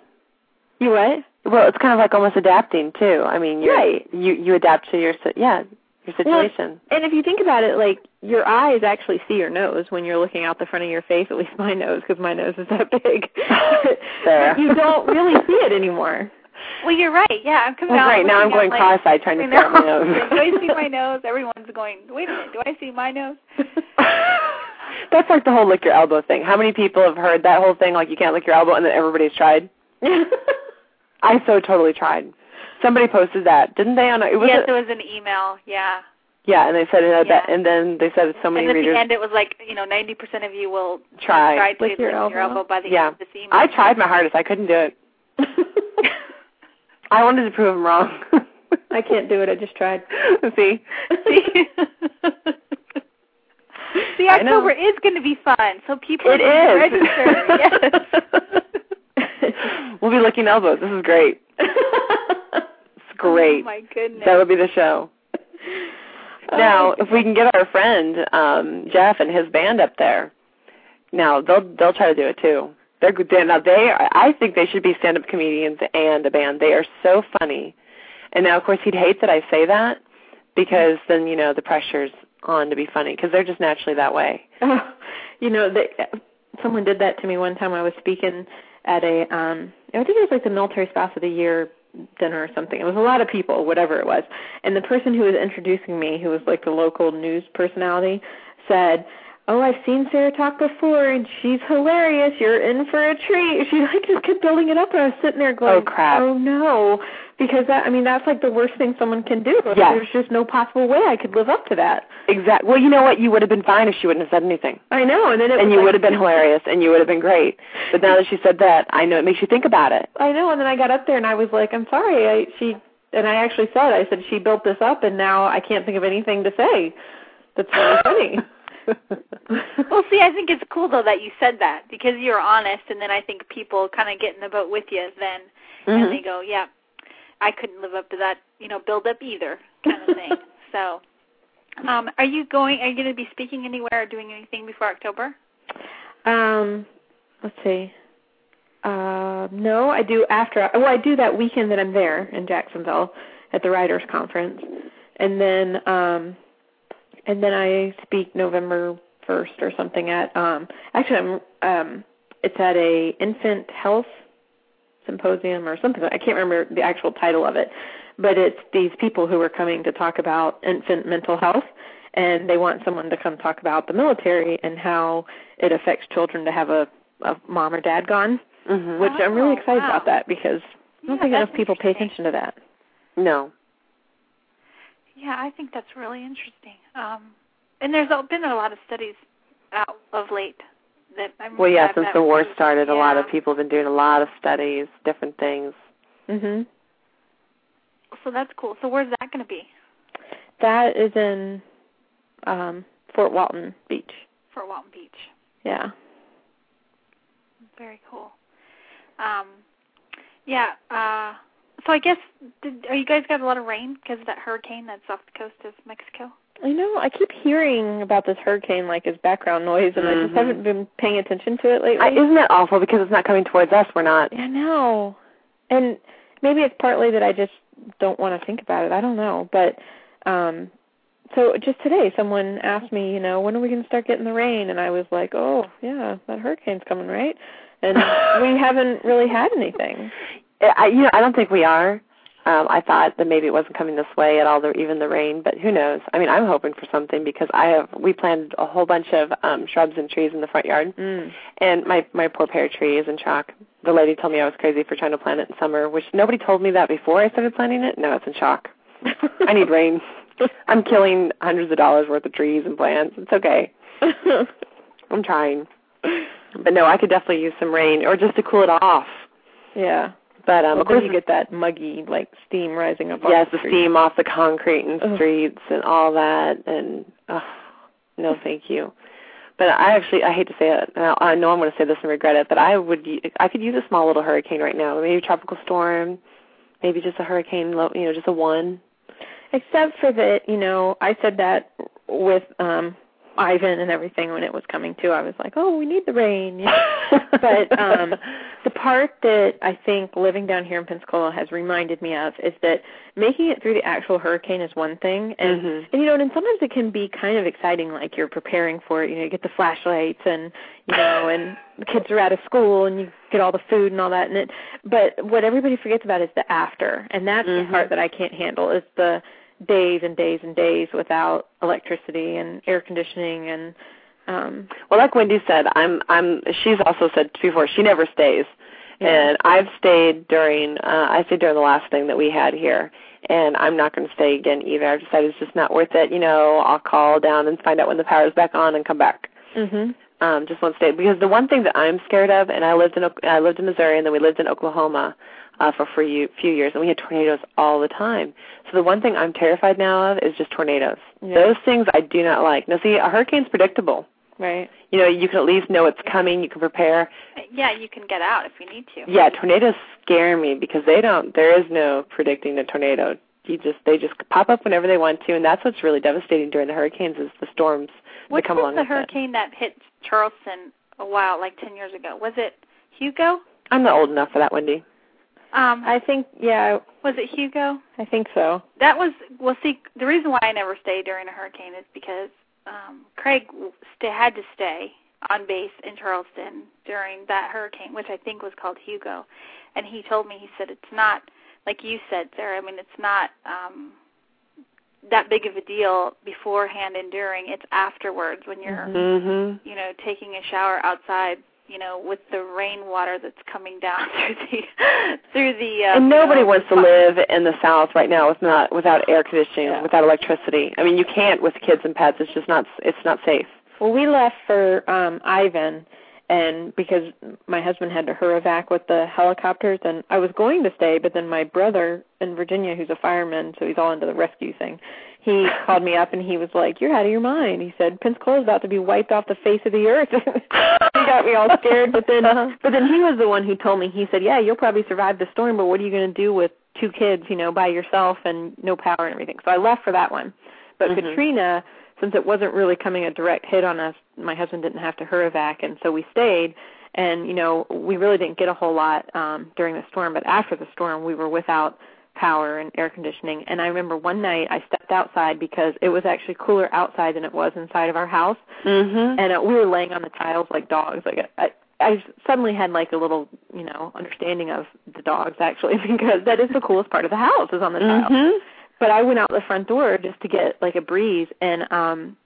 you what Well, it's kind of like almost adapting too. I mean, you Right. you you adapt to your si- yeah your Well, situation. And if you think about it, like your eyes actually see your nose when you're looking out the front of your face. At least my nose, because my nose is that big. Fair. But you don't really see it anymore. well, you're right. Yeah, I'm coming well, out. great. Now I'm looking going at, like, cross-eyed trying I to know. figure out my nose. do I see my nose? Everyone's going. Wait a minute. Do I see my nose? That's like the whole lick your elbow thing. How many people have heard that whole thing? Like you can't lick your elbow, and then everybody's tried. I so totally tried. Somebody posted that, didn't they? On a, it was yes, a, it was an email. Yeah. yeah, and they said it had Yeah. that, and then they said so many and at readers the end, it was like you know, 90% of you will try. try to Lick your elbow. by the Yeah. end of this email. I tried my hardest. I couldn't do it. I wanted to prove them wrong. I can't do it. I just tried. See, See, I know. October is going to be fun. So people it is. can register. yes. we'll be licking elbows. This is great. It's great. Oh my goodness. that would be the show. Oh. Now, if we can get our friend um Jeff and his band up there, now they'll they'll try to do it too. They're good. Now they, are, I think they should be stand-up comedians and a band. They are so funny. And now, of course, he'd hate that I say that because then you know the pressure's on to be funny because they're just naturally that way. Oh, you know, they, someone did that to me one time. I was speaking at a, um, I think it was like the military spouse of the year dinner or something. It was a lot of people, whatever it was. And the person who was introducing me, who was like the local news personality, said, "Oh, I've seen Sarah talk before, and she's hilarious. You're in for a treat." She like just kept building it up, and I was sitting there going, Oh, crap. oh no," because that, I mean, that's like the worst thing someone can do. Like, Yes. There's just no possible way I could live up to that. Exactly. Well, you know what? You would have been fine if she wouldn't have said anything. I know, and then it And was you like, would have been hilarious, and you would have been great. But now that she said that, I know it makes you think about it. I know. And then I got up there and I was like, I'm sorry. I she and I actually said, I said she built this up, and now I can't think of anything to say. That's really funny. Well, see, I think it's cool though that you said that because you're honest, and then I think people kind of get in the boat with you then, and Mm-hmm, they go, "Yeah, I couldn't live up to that, you know, build up either," kind of thing. so, um, are you going? Are you going to be speaking anywhere or doing anything before October? um, let's see. Uh, no, I do after. Well, I do that weekend that I'm there in Jacksonville at the writers' conference, and then um, and then I speak November first or something at um. Actually, I'm um. It's at a infant health symposium or something. I can't remember the actual title of it, but it's these people who are coming to talk about infant mental health, and they want someone to come talk about the military and how it affects children to have a, a mom or dad gone. Mm-hmm. Which I'm really Oh, excited wow. about that because I don't Yeah, think enough that's people pay interesting. attention to that. No. Yeah, I think that's really interesting. Um, and there's al- been a lot of studies out of late that I'm. Well, yeah, I've since met the war with- started, a lot of yeah. people have been doing a lot of studies, different things. Mhm. So that's cool. So where's that going to be? That is in um Fort Walton Beach. Fort Walton Beach. Yeah. Very cool. Um, yeah. Uh, so I guess did, are you guys got a lot of rain because that hurricane that's off the coast of Mexico? I know. I keep hearing about this hurricane like as background noise, and I just Mm-hmm. Mhm. haven't been paying attention to it lately. I, isn't that awful? Because it's not coming towards us. We're not. I know. And maybe it's partly that I just don't want to think about it. I don't know. But um so just today someone asked me, you know, when are we going to start getting the rain? And I was like, "Oh, yeah, that hurricane's coming, right?" And we haven't really had anything. I, you know, I don't think we are. Um, I thought that maybe it wasn't coming this way at all, the, even the rain. But who knows? I mean, I'm hoping for something because I have. We planted a whole bunch of um, shrubs and trees in the front yard, Mm. and my my poor pear tree is in shock. The lady told me I was crazy for trying to plant it in summer, which nobody told me that before I started planting it. No, it's in shock. I need rain. I'm killing hundreds of dollars worth of trees and plants. It's okay. I'm trying. But no, I could definitely use some rain or just to cool it off. yeah. But um Um, of course you get that muggy like steam rising up. off yes, the street. steam off the concrete and Ugh. streets and all that and oh, no thank you. But I actually I hate to say it. and I I know I'm going to say this and regret it, but I would y- I could use a small little hurricane right now. Maybe a tropical storm, maybe just a hurricane, low, you know, just a one. except for that you know i said that with um ivan and everything when it was coming too i was like oh we need the rain you know? But, um, the part that i think living down here in pensacola has reminded me of is that making it through the actual hurricane is one thing and Mhm. and you know, and sometimes it can be kind of exciting, like you're preparing for it. You know, you get the flashlights, and you know, and the kids are out of school, and you get all the food and all that. And it, but what everybody forgets about is the after, and that's Mhm. the part that I can't handle is the days and days and days without electricity and air conditioning and um Well, like Wendy said, I'm I'm. She's also said before she never stays, yeah. and I've stayed during. Uh, I stayed during the last thing that we had here, and I'm not going to stay again either. I've decided it's just not worth it. You know, I'll call down and find out when the power's back on and come back. mhm Um, just won't stay because the one thing that I'm scared of, and I lived in Ok- I lived in Missouri, and then we lived in Oklahoma uh, for a few few years, and we had tornadoes all the time. So the one thing I'm terrified now of is just tornadoes. Yeah. Those things I do not like. Now, see, a hurricane's predictable right you know you can at least know it's coming you can prepare Yeah, you can get out if you need to. yeah tornadoes scare me because they don't there is no predicting a tornado you just they just pop up whenever they want to and that's what's really devastating during the hurricanes is the storms Which that come was along the with it. hurricane that hit Charleston a while, like ten years ago? Was it Hugo? i'm not old enough for that wendy Um, i think yeah was it Hugo? i think so That was well. See, the reason why I never stay during a hurricane is because um, Craig w- st- had to stay on base in Charleston during that hurricane, which I think was called Hugo, and he told me he said it's not like you said, Sarah. I mean, it's not um, that big of a deal beforehand and during. It's afterwards when you're mhm you know, taking a shower outside, you know, with the rainwater that's coming down through the through the. Uh, and nobody you know, wants to fu- live in the south right now with not without air conditioning Yeah. without electricity i mean you can't with kids and pets it's just not it's not safe Well, we left for um Ivan and because my husband had to hurrivac with the helicopters and I was going to stay, but then my brother in Virginia who's a fireman, so he's all into the rescue thing, he called me up and he was like, You're out of your mind. He said, Pensacola's about to be wiped off the face of the earth He got me all scared, but then but then he was the one who told me, he said, Yeah, you'll probably survive the storm, but what are you gonna do with two kids, you know, by yourself and no power and everything? So I left for that one. But Mhm. Katrina since it wasn't really coming a direct hit on us, my husband didn't have to hurrivac, and so we stayed. And you know, we really didn't get a whole lot um, during the storm, but after the storm, we were without power and air conditioning. And I remember one night I stepped outside because it was actually cooler outside than it was inside of our house, mhm and uh, we were laying on the tiles like dogs. Like I, I suddenly had like a little, you know, understanding of the dogs actually because that is the coolest part of the house is on the tiles mhm but I went out the front door just to get like a breeze and um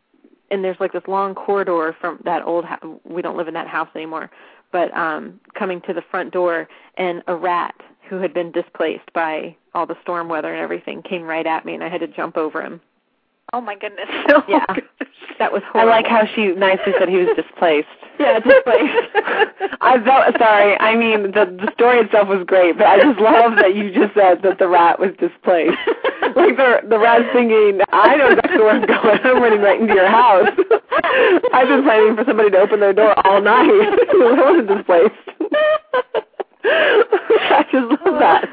and there's like this long corridor from that old hou- we don't live in that house anymore but um coming to the front door and a rat who had been displaced by all the storm weather and everything came right at me and I had to jump over him Oh my goodness. Yeah. that was I horrible like how she nicely said he was displaced. Yeah, displaced. I felt sorry. I mean, the the story itself was great, but I just love that you just said that the rat was displaced. Like the the rat singing, I know exactly where I'm going. I'm running right into your house. I've been planning for somebody to open their door all night. I was displaced. I just love that.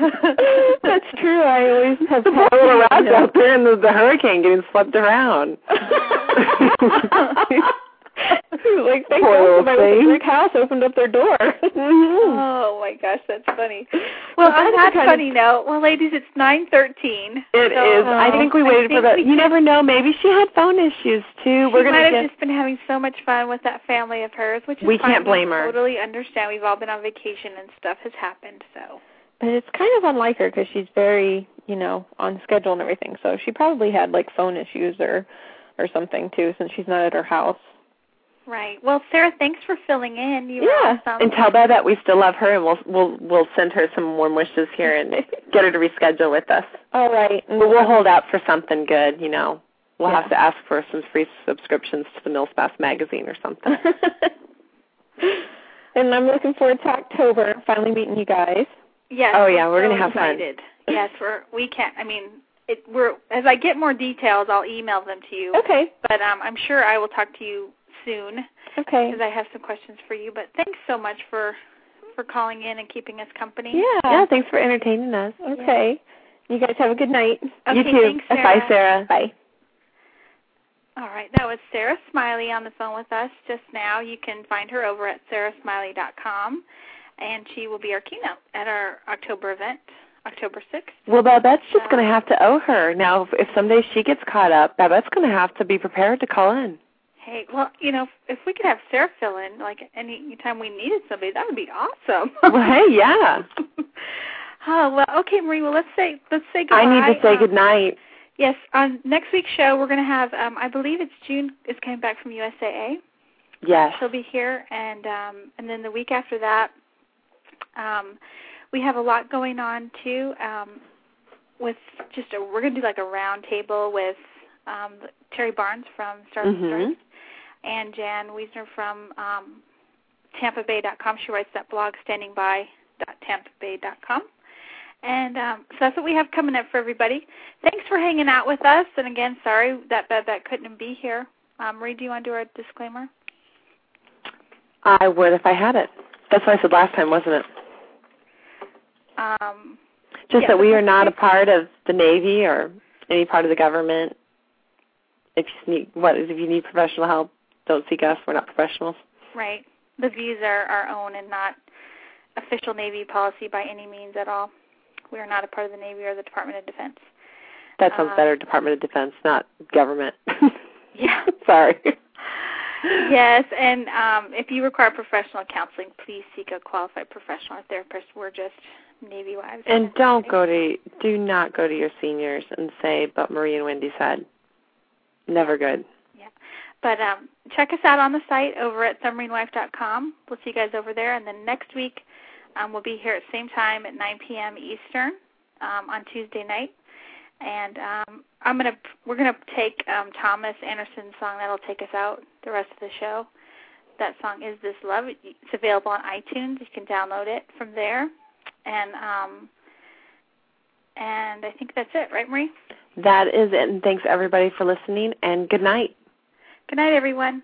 That's true. I always have The poor little rat's him. out there in the, the hurricane getting swept around. like thank Poor God little somebody with a thing. brick house opened up their door. Hmm. Mhm. Oh my gosh, that's funny. Well, on that that's kind of- funny note, well, ladies, it's nine thirteen. um, It is. I think we waited for that. You never know. Maybe she had phone issues too. We're she gonna might get. have just been having so much fun with that family of hers, which is We fine. can't blame her. Totally understand. We've all been on vacation and stuff has happened, so But it's kind of unlike her because she's very, you know, on schedule and everything. So she probably had like phone issues or, or something too, since she's not at her house. right. Well, Sarah, thanks for filling in. You Yeah, were awesome. and tell Beth that we still love her, and we'll we'll we'll send her some warm wishes here and get her to reschedule with us. All right. But we'll hold out for something good, you know. We'll Yeah. have to ask for some free subscriptions to the Millspass magazine or something. and I'm looking forward to October, finally meeting you guys. yes. oh, yeah, we're so gonna have fun. excited. Yes, we're we can't. I mean, it, we're as I get more details, I'll email them to you. Okay. But um, I'm sure I will talk to you soon. Okay. because I have some questions for you. But thanks so much for for calling in and keeping us company. Yeah. Yeah, thanks for entertaining us. Okay. You guys have a good night. Okay, you too. thanks, Sarah. Bye, Sarah. Bye. All right, that was Sarah Smiley on the phone with us just now. You can find her over at sarahsmiley.com, and she will be our keynote at our October event, October 6th. Well, Babette's just going to have to owe her. Now, if, if someday she gets caught up, Babette's going to have to be prepared to call in. Hey, well, you know, if we could have Sarah fill in like any time we needed somebody, that would be awesome. well, hey, yeah. oh well, okay, Marie. Well, let's say let's say goodbye. I need to say Um, goodnight. Yes, on next week's show we're going to have um I believe it's June is coming back from USAA. Yes. She'll be here and um and then the week after that um we have a lot going on too um with just a we're going to do like a round table with um Terry Barnes from Stars and Stories Mhm. and Jan Wiesner from um tampabay.com. She writes that blog standingby.tampabay.com. And um, so that's what we have coming up for everybody. Thanks for hanging out with us. And again, sorry that Babette couldn't be here. Um, Marie, do you want to do our disclaimer? I would if I had it. That's what I said last time, wasn't it? Um, Just Yeah, that we but are not a it's- part of the Navy or any part of the government. If you need what if you need professional help, don't seek us. We're not professionals. right. The views are our own and not official Navy policy by any means at all. We are not a part of the Navy or the Department of Defense. That sounds Uh, better. Department of Defense, not government. Yeah. Sorry. yes, and um, if you require professional counseling, please seek a qualified professional or therapist. We're just Navy wives. And don't go to do not go to your seniors and say, but Marie and Wendy said. Never good. But um, check us out on the site over at submarinewife.com. We'll see you guys over there. And then next week, um, we'll be here at the same time at 9 p.m. Eastern um, on Tuesday night. And um, I'm gonna we're gonna take um, Thomas Anderson's song that'll take us out the rest of the show. That song is "This Love." It's available on iTunes. You can download it from there. And um, and I think that's it, right, Marie? That is it. And thanks everybody for listening and good night. Good night, everyone.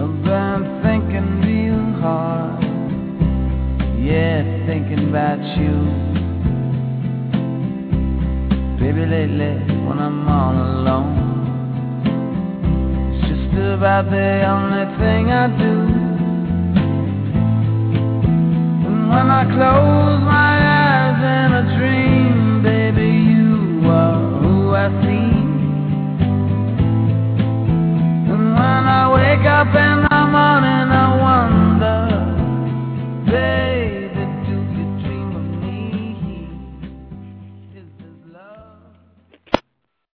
I've been thinking real hard. Yeah, thinking about you. Baby, lately, when I'm all alone, it's just about the only thing I do. And when I close my eyes in a dream, baby, you are who I see. And when I wake up in